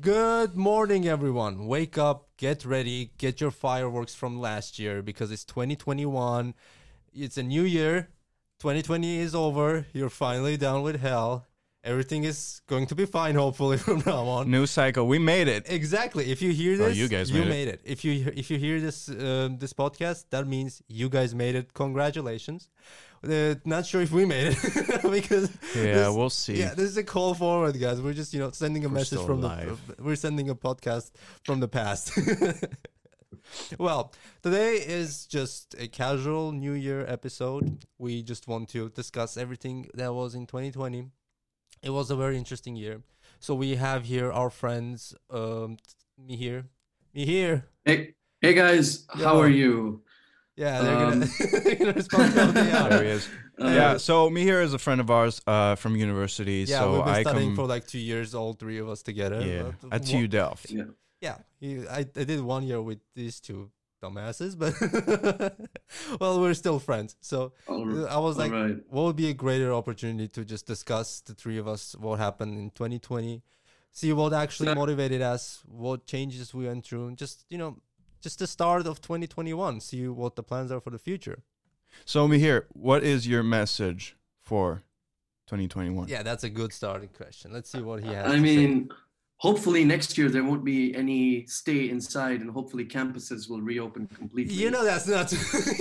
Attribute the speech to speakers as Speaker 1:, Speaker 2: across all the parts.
Speaker 1: Good morning, everyone. Wake up, get ready, get your fireworks from last year because it's 2021. It's a new year. 2020 is over. You're finally down with hell. Everything is going to be fine, hopefully, from now on.
Speaker 2: New cycle. We made it.
Speaker 1: Exactly. If you hear this,
Speaker 2: Oh, you guys made it.
Speaker 1: made it. If you if you hear this um, this podcast, that means you guys made it. Congratulations. Uh, not sure if we made it because
Speaker 2: Yeah,
Speaker 1: this-
Speaker 2: we'll see.
Speaker 1: Yeah, this is a call forward, guys. We're just you know sending a message
Speaker 2: still
Speaker 1: from
Speaker 2: alive.
Speaker 1: the we're sending a podcast from the past. well, today is just a casual New Year episode. We just want to discuss everything that was in 2020. It was a very interesting year. So we have here our friends, um, me here, me here.
Speaker 3: Hey, hey guys, how are
Speaker 1: Yo.
Speaker 3: you?
Speaker 1: Yeah, they're gonna,
Speaker 3: Um.
Speaker 1: they're gonna respond to what they
Speaker 2: There he
Speaker 1: are.
Speaker 2: is.
Speaker 3: Uh,
Speaker 2: yeah. So Mihir is a friend of ours uh, from university.
Speaker 1: Yeah,
Speaker 2: so
Speaker 1: we've been
Speaker 2: I
Speaker 1: studying
Speaker 2: come.
Speaker 1: for like two years, all three of us together.
Speaker 2: yeah,
Speaker 1: but
Speaker 2: at
Speaker 1: wha-
Speaker 2: TU Delft.
Speaker 3: Yeah.
Speaker 1: Yeah, you- I, I did one year with these two dumbasses, but well, we're still friends. So
Speaker 3: All
Speaker 1: uh,
Speaker 3: r-
Speaker 1: I was
Speaker 3: all
Speaker 1: like,
Speaker 3: right.
Speaker 1: what would be a greater opportunity to just discuss the three of us what happened in 2020, see what actually
Speaker 3: Yeah.
Speaker 1: motivated us, what changes we went through, and just you know, just the start of 2021, see what the plans are for the future.
Speaker 2: So Mihir, what is your message for 2021?
Speaker 1: Yeah, that's a good starting question. Let's see what he has.
Speaker 3: I
Speaker 1: to say.
Speaker 3: mean, hopefully next year there won't be any stay inside, and hopefully campuses will reopen completely.
Speaker 1: you know, that's not.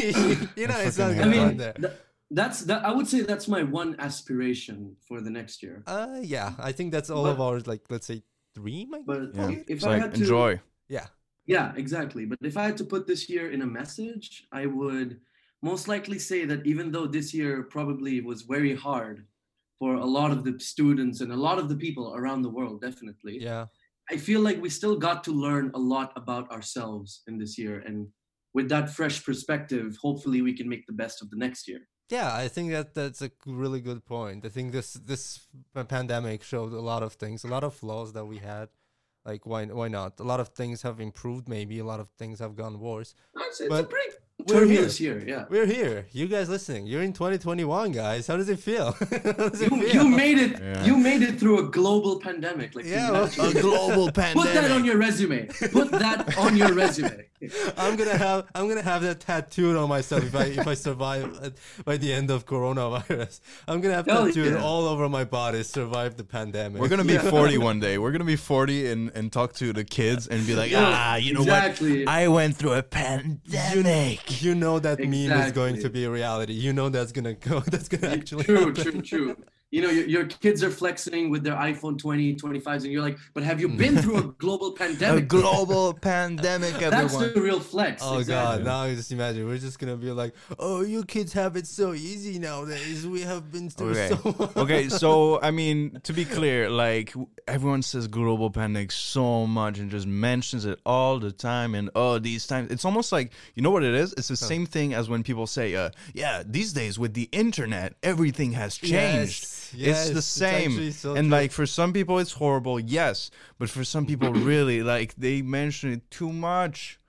Speaker 1: you know, it's not
Speaker 2: fucking
Speaker 1: going
Speaker 3: I
Speaker 2: hate
Speaker 1: on
Speaker 3: mean,
Speaker 1: there.
Speaker 3: tha- that's that. I would say that's my one aspiration for the next year.
Speaker 1: Uh, yeah, I think that's all
Speaker 3: But-
Speaker 1: of ours. Like, let's say three, I
Speaker 3: But
Speaker 2: Yeah.
Speaker 3: if- if
Speaker 2: It's
Speaker 3: I
Speaker 2: like
Speaker 3: had to,
Speaker 2: enjoy.
Speaker 1: Yeah,
Speaker 3: yeah, exactly. But if I had to put this year in a message, I would most likely say that even though this year probably was very hard for a lot of the students and a lot of the people around the world, definitely.
Speaker 1: yeah,
Speaker 3: I feel like we still got to learn a lot about ourselves in this year. And with that fresh perspective, hopefully we can make the best of the next year.
Speaker 1: yeah. I think that that's a g- really good point. I think this this p- pandemic showed a lot of things, a lot of flaws that we had. Like, why why not? A lot of things have improved. Maybe a lot of things have gone worse.
Speaker 3: It's, it's a
Speaker 1: But
Speaker 3: pretty
Speaker 1: we're
Speaker 3: turbulent year, yeah.
Speaker 1: We're here. You guys listening? You're in 2021, guys. How does it feel? How does it
Speaker 3: You,
Speaker 1: feel?
Speaker 3: you made it.
Speaker 2: Yeah.
Speaker 3: You made it through a global pandemic. Like
Speaker 1: Yeah, well,
Speaker 3: congratulations.
Speaker 2: global
Speaker 3: put that on your resume. Put that on your resume.
Speaker 1: I'm gonna have I'm gonna have that tattooed on myself if I if I survive at, by the end of coronavirus. I'm gonna have
Speaker 3: Hell
Speaker 1: tattooed
Speaker 3: yeah.
Speaker 1: all over my body. Survive the pandemic.
Speaker 2: We're gonna be 40 one day. We're gonna be 40 and, and talk to the kids and be like,
Speaker 3: Yeah,
Speaker 2: ah, you know
Speaker 3: exactly.
Speaker 2: what? I went through a pandemic.
Speaker 1: you know that meme is going to
Speaker 3: Exactly.
Speaker 1: be a reality. You know that's gonna go. That's gonna actually
Speaker 3: True,
Speaker 1: happen.
Speaker 3: true, true. You know, your, your kids are flexing with their iPhone 20, 25s, and you're like, but have you been through a global
Speaker 2: a
Speaker 3: pandemic?
Speaker 2: global pandemic,
Speaker 3: That's
Speaker 2: everyone.
Speaker 3: the real flex.
Speaker 1: Oh
Speaker 3: exactly.
Speaker 1: god! Now I just imagine we're just gonna be like, "Oh, you kids have it so easy nowadays. We have been through
Speaker 2: Okay.
Speaker 1: so much."
Speaker 2: okay, so I mean, to be clear, like w- everyone says global pandemic so much and just mentions it all the time. And oh, these times, it's almost like you know what it is. It's the same thing as when people say, uh, "Yeah, these days with the internet, everything has changed."
Speaker 1: Yes, yes,
Speaker 2: it's the
Speaker 1: it's
Speaker 2: same.
Speaker 1: actually so
Speaker 2: and
Speaker 1: true.
Speaker 2: like for some people, it's horrible. Yes, but for some people, really, like they mention it too much.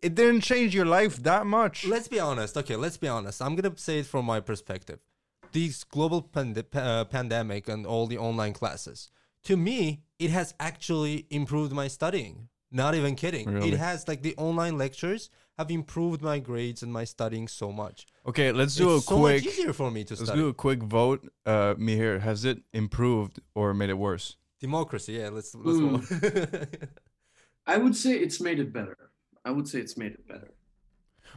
Speaker 2: It didn't change your life that much.
Speaker 1: Let's be honest. Okay, let's be honest. I'm gonna say it from my perspective. These global pand- pa- uh, pandemic and all the online classes. To me, it has actually improved my studying. Not even kidding. It
Speaker 2: Really?
Speaker 1: has like the online lectures have improved my grades and my studying so much.
Speaker 2: okay, let's do
Speaker 1: it's
Speaker 2: a
Speaker 1: so
Speaker 2: quick.
Speaker 1: much easier for me to
Speaker 2: Let's
Speaker 1: study.
Speaker 2: do a quick vote. Uh, Mihir, has it improved or made it worse?
Speaker 1: Democracy, yeah. Let's let's
Speaker 3: Mm.
Speaker 1: vote.
Speaker 3: I would say it's made it better. I would say it's made it better.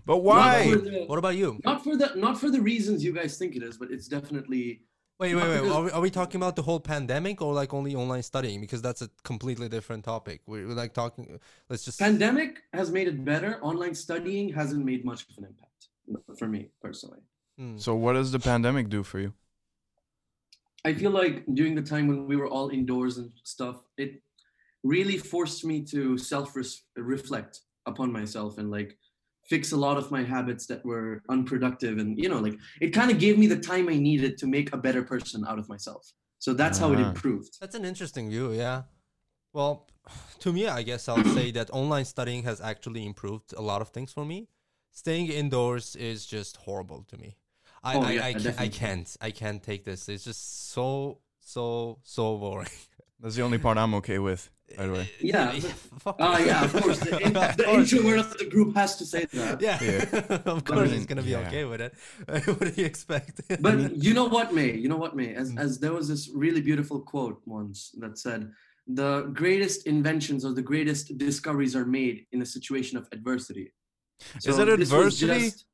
Speaker 2: But why?
Speaker 3: Not for the,
Speaker 1: what about you?
Speaker 3: not for the not for the reasons you guys think it is, but it's definitely
Speaker 1: Wait, wait, wait.
Speaker 3: Because-
Speaker 1: Are we, are we talking about the whole pandemic or like only online studying? Because that's a completely different topic. We're, we're like talking. Let's just.
Speaker 3: pandemic has made it better. Online studying hasn't made much of an impact for me personally.
Speaker 1: Hmm.
Speaker 2: So what does the pandemic do for you?
Speaker 3: I feel like during the time when we were all indoors and stuff, it really forced me to self reflect upon myself and like fix a lot of my habits that were unproductive. And, you know, like it kind of gave me the time I needed to make a better person out of myself. So that's how it
Speaker 2: Ah.
Speaker 3: improved.
Speaker 1: That's an interesting view, yeah. Well, to me, I guess I'll say that online studying has actually improved a lot of things for me. Staying indoors is just horrible to me. I,
Speaker 3: Oh,
Speaker 1: I,
Speaker 3: yeah,
Speaker 1: I, ca- I
Speaker 3: definitely.
Speaker 1: can't. I can't take this. It's just so, so, so boring.
Speaker 2: That's the only part I'm okay with, by the way.
Speaker 3: Yeah.
Speaker 1: fuck.
Speaker 3: Ah, yeah, of course. The, in,
Speaker 1: Of
Speaker 3: the
Speaker 1: course.
Speaker 3: introvert of the group has to say that.
Speaker 1: Yeah, of course he's
Speaker 2: mean,
Speaker 1: gonna be
Speaker 2: yeah.
Speaker 1: okay with it. what do you expect? Mm-hmm.
Speaker 3: But you know what, May? You know what, May? As,
Speaker 1: Mm.
Speaker 3: as there was this really beautiful quote once that said, the greatest inventions or the greatest discoveries are made in a situation of adversity.
Speaker 2: Is it
Speaker 3: this was
Speaker 2: adversity?
Speaker 3: just-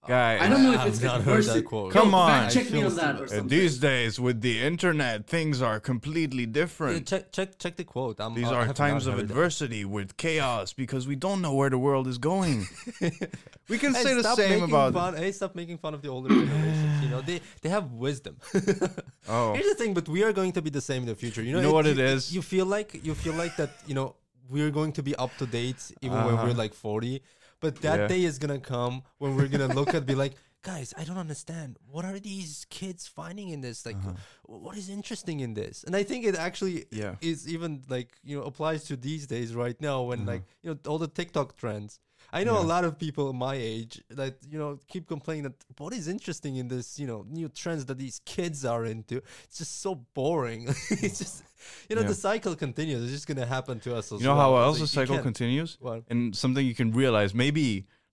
Speaker 1: Uh,
Speaker 2: Guys, uh,
Speaker 3: I don't know if
Speaker 1: I've
Speaker 3: it's
Speaker 1: not heard that
Speaker 3: adversity.
Speaker 1: quote.
Speaker 2: Come
Speaker 3: No, fact
Speaker 2: on.
Speaker 3: Check me
Speaker 1: I
Speaker 3: on
Speaker 1: feel
Speaker 3: that
Speaker 1: so. Uh,
Speaker 3: or
Speaker 2: Uh,
Speaker 3: something.
Speaker 2: these days with the internet, things are completely
Speaker 1: Yeah,
Speaker 2: different.
Speaker 1: check check check the quote. I'm, uh,
Speaker 2: These
Speaker 1: Oh, I
Speaker 2: are
Speaker 1: have
Speaker 2: times
Speaker 1: not
Speaker 2: of
Speaker 1: heard it.
Speaker 2: adversity with chaos because we don't know where the world is going. we can
Speaker 1: Hey,
Speaker 2: say the
Speaker 1: stop
Speaker 2: same
Speaker 1: making
Speaker 2: about.
Speaker 1: fun. Hey, stop making fun of the older generations. You know they they have wisdom.
Speaker 2: Oh.
Speaker 1: Here's the thing, but we are going to be the same in the future. You know,
Speaker 2: You know what it
Speaker 1: you-
Speaker 2: is?
Speaker 1: You feel like you feel like that. You know, we're going to be up to date even when we're like forty. But that
Speaker 2: Uh-huh. Yeah.
Speaker 1: day is gonna come when we're gonna look at be like, guys, I don't understand. What are these kids finding in this? Like,
Speaker 2: Uh-huh.
Speaker 1: what is interesting in this? And I think it actually
Speaker 2: Yeah.
Speaker 1: is even like you know applies to these days right now when
Speaker 2: Uh-huh.
Speaker 1: like you know all the TikTok trends. I know a lot of people my age that you know keep complaining that what is interesting in this you know new trends that these kids are into. It's just so boring. it's just you know the cycle continues. It's just gonna happen to us. As
Speaker 2: You know
Speaker 1: well.
Speaker 2: how
Speaker 1: So
Speaker 2: else
Speaker 1: you
Speaker 2: the cycle
Speaker 1: can't-
Speaker 2: continues?
Speaker 1: What? Hmm.
Speaker 2: And something you can realize, maybe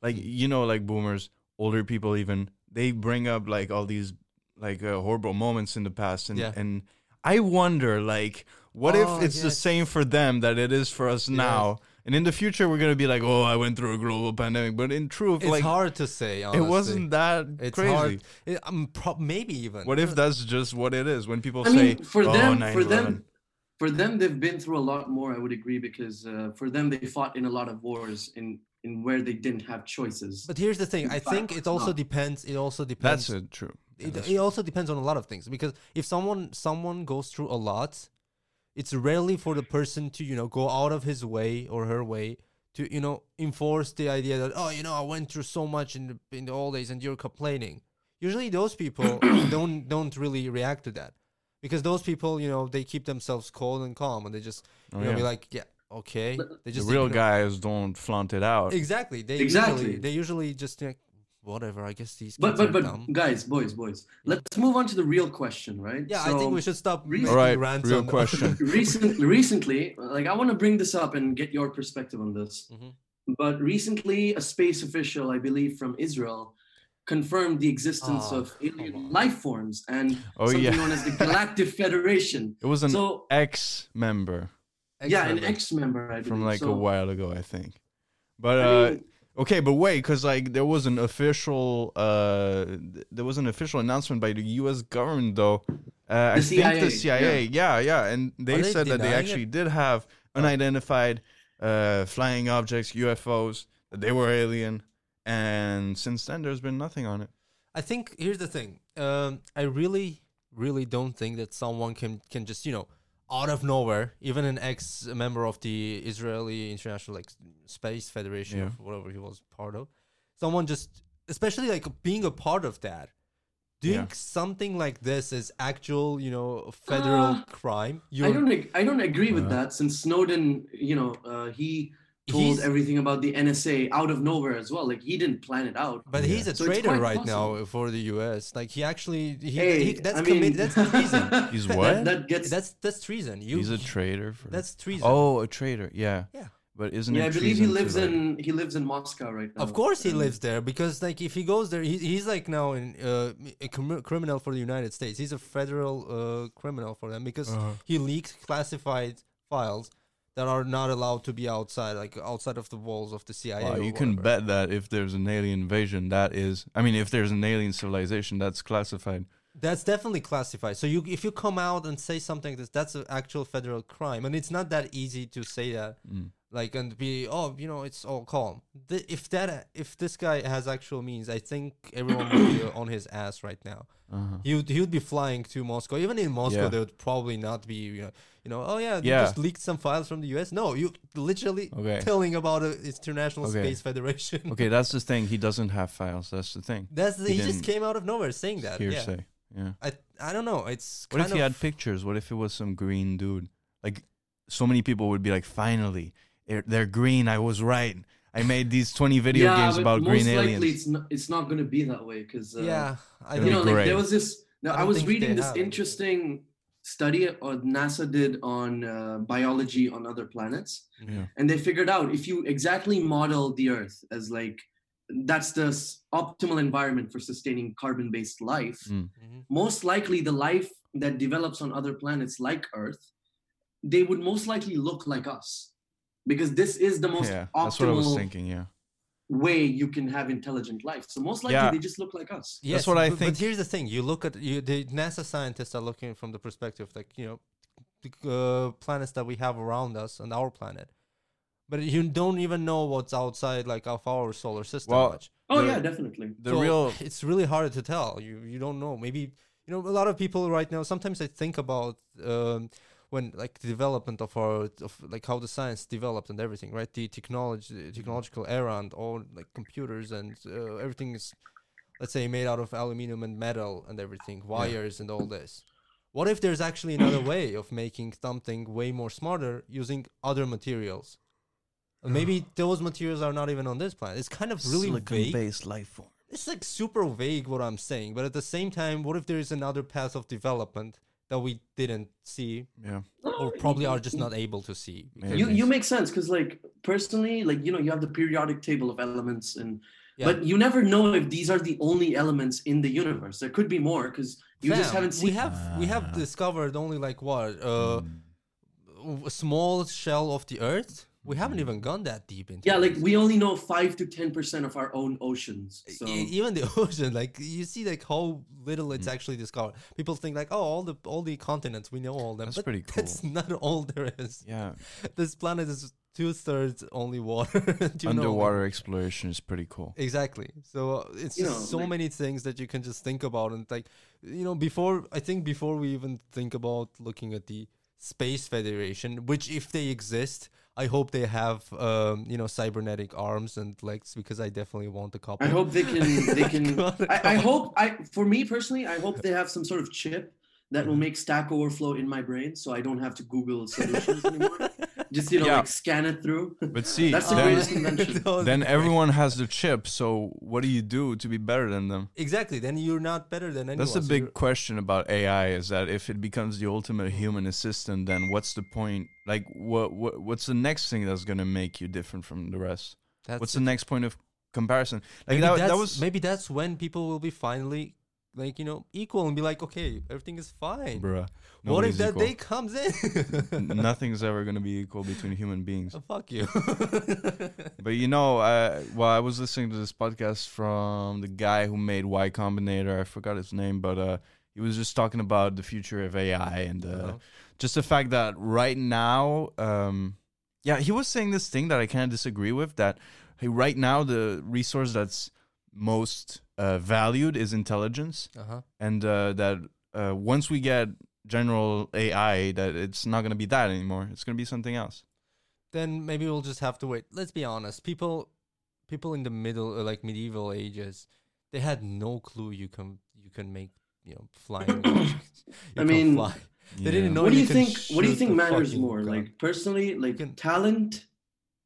Speaker 2: like you know, like boomers, older people even, they bring up like all these like uh, horrible moments in the past, and
Speaker 1: Yeah.
Speaker 2: and I wonder like, what
Speaker 1: Oh,
Speaker 2: if it's the
Speaker 1: yes.
Speaker 2: same for them that it is for us now? And in the future, we're gonna be like, oh, I went through a global pandemic, but in truth,
Speaker 1: It's
Speaker 2: like
Speaker 1: hard to say.
Speaker 2: it
Speaker 1: honestly.
Speaker 2: wasn't that
Speaker 1: It's
Speaker 2: crazy.
Speaker 1: hard. It- um, prob- maybe even. Uh,
Speaker 2: What if that's just what it is? When people
Speaker 3: I
Speaker 2: say,
Speaker 3: mean, for
Speaker 2: oh,
Speaker 3: them,
Speaker 2: 9/11.
Speaker 3: for them, for them, they've been through a lot more. I would agree because uh, for them, they fought in a lot of wars in in where they didn't have choices.
Speaker 1: But here's the thing. I think it also depends. It also depends.
Speaker 2: that's uh, true.
Speaker 1: it, it also depends on a lot of things because if someone someone goes through a lot it's rarely for the person to you know go out of his way or her way to you know enforce the idea that oh you know i went through so much in the, in the old days and you're complaining usually those people don't don't really react to that because those people you know they keep themselves cold and calm and they just you know
Speaker 2: Oh, yeah.
Speaker 1: be like yeah okay they
Speaker 2: The
Speaker 1: just
Speaker 2: real
Speaker 1: ignore-
Speaker 2: guys don't flaunt it out.
Speaker 1: exactly they usually
Speaker 3: Exactly.
Speaker 1: they usually just like whatever i guess these kids
Speaker 3: But but
Speaker 1: are
Speaker 3: but
Speaker 1: dumb.
Speaker 3: guys, boys, boys, let's move on to the real question, right?
Speaker 1: Yeah, I think we
Speaker 3: So,
Speaker 1: should stop.
Speaker 3: Really?
Speaker 1: making
Speaker 2: All right,
Speaker 1: rants
Speaker 2: real
Speaker 1: on-
Speaker 2: question.
Speaker 3: recently recently like i want to bring this up and get your perspective on this
Speaker 1: Mhm.
Speaker 3: but recently a space official i believe from israel confirmed the existence
Speaker 1: Ah,
Speaker 3: of alien
Speaker 1: on.
Speaker 3: life forms and
Speaker 2: Oh,
Speaker 3: something
Speaker 2: yeah.
Speaker 3: known as the galactic federation
Speaker 2: It was an
Speaker 3: so
Speaker 2: ex member
Speaker 3: yeah an
Speaker 1: Excellent.
Speaker 3: ex-member I believe.
Speaker 2: from like
Speaker 3: so,
Speaker 2: a while ago, I think. But
Speaker 3: I
Speaker 2: uh,
Speaker 3: mean,
Speaker 2: okay, but wait, because like there was an official, uh, th- there was an official announcement by the U.S. government, though. Uh, I
Speaker 3: The
Speaker 2: think the
Speaker 3: CIA,
Speaker 2: CIA, yeah, yeah, and they, Oh.
Speaker 1: Are they
Speaker 2: said that they
Speaker 1: denying
Speaker 2: actually did have unidentified uh, flying objects, UFOs, that they were alien, and since then there's been nothing on it.
Speaker 1: I think here's the thing. Um, I really, really don't think that someone can can just you know out of nowhere, even an ex member of the Israeli International like Space Federation,
Speaker 2: Yeah.
Speaker 1: of whatever he was part of, someone just, especially like being a part of that. Doing
Speaker 2: Yeah.
Speaker 1: something like this is actual, you know, federal
Speaker 3: Uh,
Speaker 1: crime.
Speaker 3: i
Speaker 1: You're
Speaker 3: don't ag- i don't agree with
Speaker 1: Uh.
Speaker 3: that since snowden you know uh, he told
Speaker 1: He's-
Speaker 3: everything about the nsa out of nowhere as well like he didn't plan it out
Speaker 1: But he's a
Speaker 3: So it's
Speaker 1: traitor
Speaker 3: quite
Speaker 1: right now
Speaker 3: possible.
Speaker 1: for the U.S. Like he actually, he,
Speaker 3: Hey,
Speaker 1: he that's
Speaker 3: I mean-
Speaker 1: committed. That's treason.
Speaker 2: He's
Speaker 3: That-
Speaker 2: what?
Speaker 3: that gets
Speaker 1: that's that's treason. You,
Speaker 2: He's a traitor. For
Speaker 1: that's treason.
Speaker 2: oh, a traitor. Yeah,
Speaker 1: yeah.
Speaker 2: but isn't
Speaker 3: Yeah,
Speaker 2: it
Speaker 3: I believe he
Speaker 2: treason to,
Speaker 3: lives
Speaker 2: like-
Speaker 3: in he lives in Moscow right now.
Speaker 1: Of course he lives there because like if he goes there, he, he's like now in, uh, a crim- criminal for the United States. He's a federal uh, criminal for them because he leaked classified files that are not allowed to be outside, like outside of the walls of the CIA.
Speaker 2: Wow,
Speaker 1: or
Speaker 2: you can
Speaker 1: whatever.
Speaker 2: bet that if there's an alien invasion, that is. I mean, if there's an alien civilization, that's classified.
Speaker 1: That's definitely classified. So you, if you come out and say something like this, that's an actual federal crime, and it's not that easy to say that,
Speaker 2: Mm.
Speaker 1: like, and be oh, you know, it's all calm. The, if that, if this guy has actual means, I think everyone would be on his ass right now. He would, he would be flying to Moscow. Even in Moscow,
Speaker 2: Uh-huh. Yeah.
Speaker 1: they would probably not be, you know, you know, oh yeah,
Speaker 2: Yeah.
Speaker 1: you just leaked some files from the U.S. No, you literally
Speaker 2: Okay.
Speaker 1: telling about the International
Speaker 2: Okay.
Speaker 1: Space Federation.
Speaker 2: Okay, that's the thing. He doesn't have files. That's the thing.
Speaker 1: That's the,
Speaker 2: He
Speaker 1: he, just
Speaker 2: didn't-
Speaker 1: came out of nowhere saying that. Yeah.
Speaker 2: Hearsay. Yeah.
Speaker 1: I, I don't know. It's
Speaker 2: What
Speaker 1: kind
Speaker 2: if he
Speaker 1: of,
Speaker 2: had pictures? What if it was some green dude? Like, so many people would be like, "Finally, they're, they're green. I was right. I made these 20 video
Speaker 3: yeah,
Speaker 2: games
Speaker 3: but
Speaker 2: about
Speaker 3: most
Speaker 2: green
Speaker 3: likely
Speaker 2: aliens."
Speaker 3: It's not, it's not going to be that way because uh,
Speaker 1: yeah, I
Speaker 2: you
Speaker 1: don't
Speaker 3: you know,
Speaker 2: Great.
Speaker 3: like there was this. Now,
Speaker 1: I
Speaker 3: I,
Speaker 1: don't
Speaker 3: was
Speaker 1: think they
Speaker 3: reading this
Speaker 1: have.
Speaker 3: interesting study or NASA did on uh, biology on other planets,
Speaker 2: Yeah.
Speaker 3: and they figured out if you exactly model the Earth as like that's the s- optimal environment for sustaining carbon-based life,
Speaker 2: Mm.
Speaker 1: Mhm.
Speaker 3: most likely the life that develops on other planets like Earth, they would most likely look like us, because this is the most
Speaker 2: yeah, that's what I was
Speaker 3: optimal
Speaker 2: thinking. Yeah,
Speaker 3: way you can have intelligent life. So most likely
Speaker 2: Yeah.
Speaker 3: they just look like us.
Speaker 1: Yes,
Speaker 2: what I
Speaker 1: but,
Speaker 2: think.
Speaker 1: But here's the thing: you look at you, the NASA scientists are looking from the perspective, like you know, the uh, planets that we have around us on our planet, but you don't even know what's outside, like of our solar system.
Speaker 2: Well,
Speaker 1: much.
Speaker 3: Oh
Speaker 2: The-
Speaker 3: yeah, definitely.
Speaker 2: the
Speaker 1: So,
Speaker 2: real
Speaker 1: it's really hard to tell. You you don't know. Maybe you know a lot of people right now. Sometimes I think about um, when like the development of our of like how the science developed and everything, right? The technology
Speaker 2: Mm-hmm.
Speaker 1: technological era and all like computers and uh, everything is let's say made out of aluminum and metal and everything, wires and all this. What if there's actually another way of making something way more smarter using other materials? Maybe those materials are not even on this planet. It's kind of really vague
Speaker 2: based life form.
Speaker 1: it's like super vague what I'm saying, but at the same time, what if there is another path of development that we didn't see
Speaker 2: Yeah,
Speaker 1: or probably are just not able to see?
Speaker 2: maybe.
Speaker 3: you you make sense because like personally like you know you have the periodic table of elements and
Speaker 1: Yeah.
Speaker 3: but you never know if these are the only elements in the universe there could be more because you just
Speaker 1: Fam,
Speaker 3: haven't
Speaker 1: we
Speaker 3: seen
Speaker 1: have we have
Speaker 2: Ah.
Speaker 1: discovered only like what uh,
Speaker 2: Mm.
Speaker 1: a small shell of the earth. We haven't even gone that deep into
Speaker 3: yeah
Speaker 1: it.
Speaker 3: like we only know 5 to 10% of our own oceans so
Speaker 1: E- even the ocean like you see like how little it's
Speaker 2: Mm.
Speaker 1: actually discovered people think like oh all the all the continents we know all them
Speaker 2: That's
Speaker 1: but
Speaker 2: pretty cool.
Speaker 1: that's not all there is
Speaker 2: yeah.
Speaker 1: this planet is two-thirds only water Do you know, like,
Speaker 2: Underwater exploration is pretty cool.
Speaker 1: Exactly. So uh, it's
Speaker 3: You
Speaker 1: just
Speaker 3: know,
Speaker 1: so
Speaker 3: like-
Speaker 1: many things that you can just think about and like you know before I think before we even think about looking at the space federation which if they exist I hope they have um, you know cybernetic arms and legs because I definitely want a couple.
Speaker 3: i hope they can they can
Speaker 1: God,
Speaker 3: I, I hope i for me personally i hope they have some sort of chip that
Speaker 1: Mm-hmm.
Speaker 3: will make stack overflow in my brain so i don't have to google solutions anymore just you know
Speaker 2: Yeah.
Speaker 3: like scan it through
Speaker 2: But see,
Speaker 3: That's the
Speaker 1: Uh,
Speaker 2: then,
Speaker 3: greatest invention.
Speaker 1: no,
Speaker 2: then everyone has the chip. So what do you do to be better than them?
Speaker 1: exactly then you're not better than anyone.
Speaker 2: That's the
Speaker 1: so
Speaker 2: big
Speaker 1: you're-
Speaker 2: question about AI is that if it becomes the ultimate human assistant, then what's the point? Like, what, what what's the next thing that's gonna make you different from the rest?
Speaker 1: that's
Speaker 2: what's
Speaker 1: the
Speaker 2: the next point of comparison? Like
Speaker 1: Maybe
Speaker 2: that,
Speaker 1: that's,
Speaker 2: that was
Speaker 1: maybe that's when people will be finally like you know equal and be like okay everything is fine.
Speaker 2: bruh.
Speaker 1: what if
Speaker 2: nobody's
Speaker 1: that
Speaker 2: equal.
Speaker 1: day comes in?
Speaker 2: Nothing's ever gonna be equal between human beings.
Speaker 1: Oh, fuck you.
Speaker 2: But you know, uh, well, I was listening to this podcast from the guy who made Y Combinator. I forgot his name, but uh, he was just talking about the future of AI and uh,
Speaker 1: Uh-huh.
Speaker 2: just the fact that right now, um, yeah, he was saying this thing that I kind of disagree with. That hey, right now the resource that's most uh, valued is intelligence,
Speaker 1: uh-huh.
Speaker 2: and uh, that uh, once we get general AI, that it's not going to be that anymore. It's going to be something else.
Speaker 1: Then maybe we'll just have to wait. Let's be honest. People people in the middle uh, like medieval ages, they had no clue you can you can make, you know, flying. objects. You
Speaker 3: I
Speaker 1: can
Speaker 3: mean,
Speaker 1: fly. they didn't know
Speaker 3: what do you
Speaker 1: can
Speaker 3: think what do you
Speaker 1: shoot
Speaker 3: think
Speaker 1: a
Speaker 3: matters
Speaker 1: fucking
Speaker 3: more
Speaker 1: gun.
Speaker 3: like personally like
Speaker 1: can-
Speaker 3: talent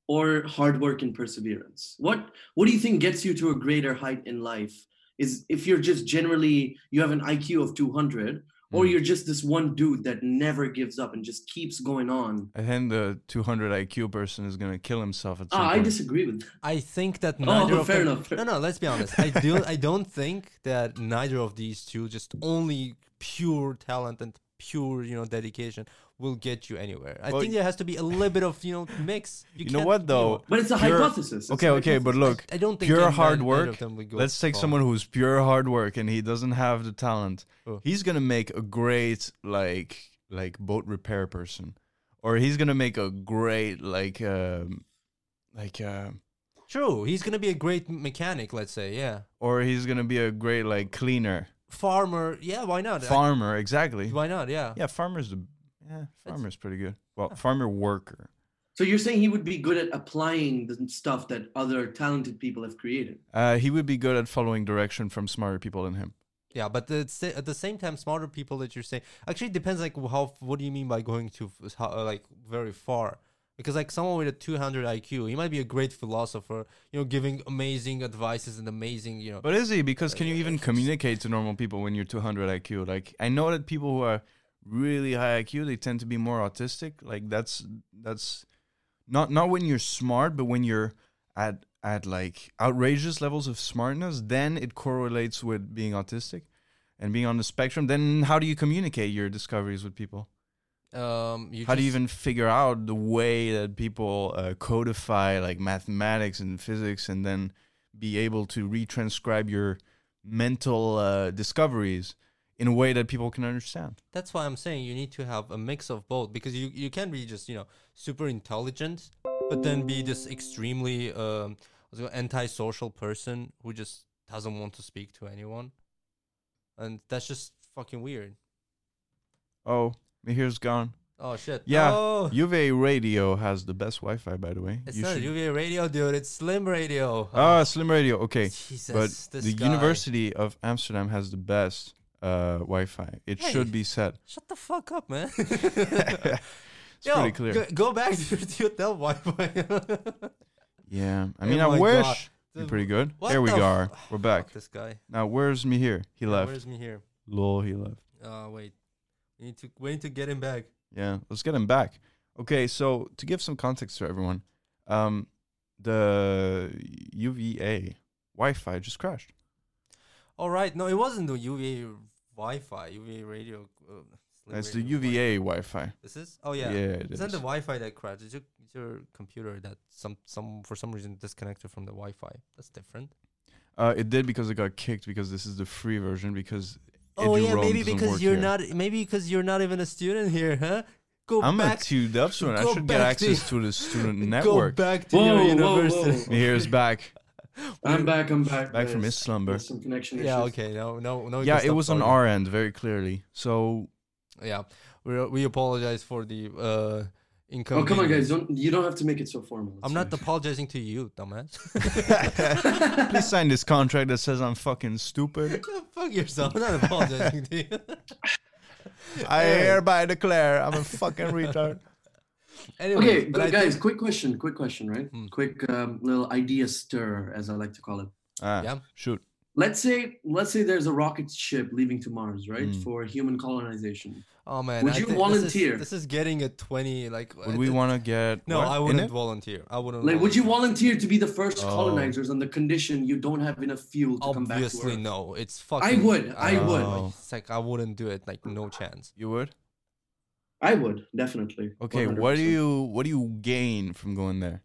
Speaker 3: or hard work and perseverance what what do you think gets you to a greater height in life is if you're just generally you have an iq of 200 or
Speaker 2: Mm.
Speaker 3: you're just this one dude that never gives up and just keeps going on
Speaker 2: I think the 200 IQ person is gonna kill himself at some
Speaker 3: ah, i
Speaker 2: point.
Speaker 3: disagree with that
Speaker 1: I think that neither of
Speaker 3: Oh, fair
Speaker 1: them,
Speaker 3: enough, fair-
Speaker 1: No, no. Let's be honest. I do. I don't think that neither of these two, just only pure talent and pure, you know, dedication, will get you anywhere. I
Speaker 2: Well,
Speaker 1: think there has to be a little bit of, you know, mix.
Speaker 2: You know
Speaker 1: can't
Speaker 2: what
Speaker 1: be
Speaker 2: though?
Speaker 3: but it's a
Speaker 2: Pure-
Speaker 3: hypothesis it's
Speaker 2: Okay,
Speaker 3: a
Speaker 2: okay, but
Speaker 3: hypothesis.
Speaker 2: look,
Speaker 1: I don't think
Speaker 2: pure
Speaker 1: that
Speaker 2: hard
Speaker 1: neither
Speaker 2: work.
Speaker 1: of them will go
Speaker 2: Let's take
Speaker 1: far.
Speaker 2: someone who's pure hard work and he doesn't have the talent.
Speaker 1: Oh.
Speaker 2: He's gonna make a great like like boat repair person, or he's gonna make a great like um like uh,
Speaker 1: True. He's gonna be a great mechanic. Let's say, yeah.
Speaker 2: or he's gonna be a great like cleaner,
Speaker 1: Farmer. Yeah. Why not? I-
Speaker 2: farmer. Exactly.
Speaker 1: why not? Yeah.
Speaker 2: Yeah, farmer's the yeah farmer's pretty good. Well, farmer worker.
Speaker 3: so you're saying he would be good at applying the stuff that other talented people have created
Speaker 2: Uh, he would be good at following direction from smarter people than him.
Speaker 1: Yeah, but it's, at the same time, smarter people that you're saying actually it depends. Like, how? What do you mean by going to f- how, uh, like very far? Because like someone with a 200 IQ, he might be a great philosopher, you know, giving amazing advices and amazing, you know.
Speaker 2: But is he? Because can you even communicate to normal people when you're 200 IQ? Like, I know that people who are really high IQ, they tend to be more autistic. Like that's that's not not when you're smart, but when you're at at like outrageous levels of smartness, then it correlates with being autistic and being on the spectrum. Then how do you communicate your discoveries with people?
Speaker 1: Um, you
Speaker 2: how do you
Speaker 1: just-
Speaker 2: even figure out the way that people uh, codify like mathematics and physics and then be able to retranscribe your mental uh, discoveries in a way that people can understand
Speaker 1: That's why I'm saying you need to have a mix of both because you you can be just you know super intelligent, but then be this extremely um what's it called, antisocial person who just doesn't want to speak to anyone, and that's just fucking weird.
Speaker 2: oh Mihir's gone
Speaker 1: Oh shit!
Speaker 2: yeah
Speaker 1: Oh,
Speaker 2: uva radio has the best wi-fi by the way
Speaker 1: it's
Speaker 2: You
Speaker 1: not
Speaker 2: should-
Speaker 1: UVA radio, dude. It's Slim Radio.
Speaker 2: ah slim radio okay
Speaker 1: Jesus,
Speaker 2: but
Speaker 1: this
Speaker 2: the
Speaker 1: guy.
Speaker 2: university of amsterdam has the best uh, wi-fi it
Speaker 1: Hey.
Speaker 2: should be set
Speaker 1: Shut the fuck up, man.
Speaker 2: it's pretty clear
Speaker 1: Go, go back to your, to your Dell Wi-Fi.
Speaker 2: yeah i
Speaker 1: Oh
Speaker 2: mean
Speaker 1: my
Speaker 2: i
Speaker 1: God.
Speaker 2: wish
Speaker 1: The-
Speaker 2: You're pretty good.
Speaker 1: what
Speaker 2: there we
Speaker 1: the
Speaker 2: go.
Speaker 1: f-
Speaker 2: We're back.
Speaker 1: Fuck this guy.
Speaker 2: Now, where's me here? He
Speaker 1: Yeah,
Speaker 2: left.
Speaker 1: Where's me here?
Speaker 2: Lol, he left.
Speaker 1: Uh, wait. We need to we need to get him back.
Speaker 2: Yeah, let's get him back. Okay, so to give some context to everyone, um, the UVA Wi-Fi just crashed.
Speaker 1: All right. No, it wasn't the UVA Wi-Fi, UVA radio. Uh, slim
Speaker 2: It's the
Speaker 1: radio Wi-Fi.
Speaker 2: UVA Wi-Fi.
Speaker 1: This is. Oh
Speaker 2: Yeah,
Speaker 1: yeah.
Speaker 2: it
Speaker 1: It's not
Speaker 2: is.
Speaker 1: the Wi-Fi that crashed. It's your, it's your computer that some some for some reason disconnected from the Wi-Fi. That's different.
Speaker 2: Uh, it did because it got kicked because this is the free version because
Speaker 1: Oh yeah,
Speaker 2: Eduroam
Speaker 1: maybe
Speaker 2: doesn't
Speaker 1: because
Speaker 2: work
Speaker 1: you're
Speaker 2: here.
Speaker 1: not maybe because you're not even a student here, huh? Go
Speaker 2: I'm a
Speaker 1: back.
Speaker 2: tuned up student. I
Speaker 1: go
Speaker 2: should get
Speaker 1: back to-
Speaker 2: access to the student
Speaker 1: go
Speaker 2: network.
Speaker 1: back to your
Speaker 3: Whoa, whoa,
Speaker 1: university.
Speaker 3: whoa.
Speaker 2: Me here is back,
Speaker 3: I'm back. I'm back.
Speaker 2: back from
Speaker 3: guys.
Speaker 2: his slumber.
Speaker 3: There's some connection issues.
Speaker 1: Yeah. Okay. No. No. No. we
Speaker 2: Yeah,
Speaker 1: can
Speaker 2: it
Speaker 1: stop
Speaker 2: was on
Speaker 1: talking.
Speaker 2: our end very clearly. So
Speaker 1: Yeah, we we apologize for the uh
Speaker 3: Oh
Speaker 1: inconvenience.
Speaker 3: come on, guys! Don't you don't have to make it so formal.
Speaker 1: I'm not apologizing to you, dumbass.
Speaker 2: Please sign this contract that says I'm fucking stupid.
Speaker 1: Fuck yourself. I'm not apologizing to you.
Speaker 2: I
Speaker 1: Hey.
Speaker 2: hereby declare I'm a fucking retard.
Speaker 1: Anyways,
Speaker 3: Okay,
Speaker 1: but I
Speaker 3: gu- guys. Quick question. Quick question. Right?
Speaker 1: Hmm.
Speaker 3: Quick um, little idea stir, as I like to call it.
Speaker 2: Ah,
Speaker 1: Yeah.
Speaker 2: Shoot.
Speaker 3: Let's say let's say there's a rocket ship leaving to Mars, right,
Speaker 2: Mm.
Speaker 3: for human colonization.
Speaker 1: oh man,
Speaker 3: Would
Speaker 1: I
Speaker 3: you
Speaker 1: think this is-
Speaker 3: volunteer?
Speaker 1: This is, getting a twenty. Like,
Speaker 2: Would
Speaker 1: I
Speaker 2: we
Speaker 1: thi-
Speaker 2: want to get.
Speaker 1: No,
Speaker 2: what
Speaker 1: I
Speaker 2: in
Speaker 1: wouldn't
Speaker 2: it?
Speaker 1: volunteer. I wouldn't.
Speaker 3: Like, would you volunteer to be the first
Speaker 2: Oh.
Speaker 3: colonizers on the contion you don't have enough fuel to come back to
Speaker 1: Obviously,
Speaker 3: Earth?
Speaker 1: no. It's fucking.
Speaker 3: would, I
Speaker 2: would.
Speaker 1: Oh, It's like I wouldn't do it. Like, no chance.
Speaker 2: You would?
Speaker 3: I would definitely.
Speaker 2: Okay, what do you what do you gain from going there?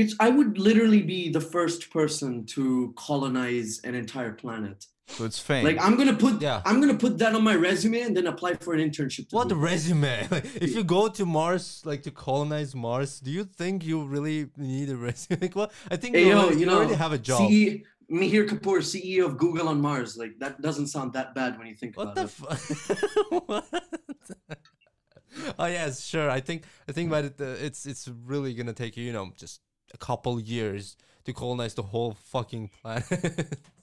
Speaker 3: It's I would literally be the first person to colonize an entire planet.
Speaker 2: So it's fame.
Speaker 3: Like I'm gonna put
Speaker 1: Yeah.
Speaker 3: I'm gonna put that on my resume and then apply for an internship. to
Speaker 1: What
Speaker 3: do it.
Speaker 1: resume? Like, if you go to Mars, like to colonize Mars, do you think you really need a resume? Like, what? I think
Speaker 3: Hey,
Speaker 1: you,
Speaker 3: yo,
Speaker 1: already,
Speaker 3: you
Speaker 1: you
Speaker 3: know, E
Speaker 1: already have a job.
Speaker 3: CE Mihir Kapoor, CEO of Google on Mars. Like that doesn't sound that bad when you think
Speaker 1: What the
Speaker 3: about
Speaker 1: fuck? what? oh yes, sure. I think I think about it. Uh, it's it's really gonna take you, you know, just a couple years to colonize the whole fucking planet.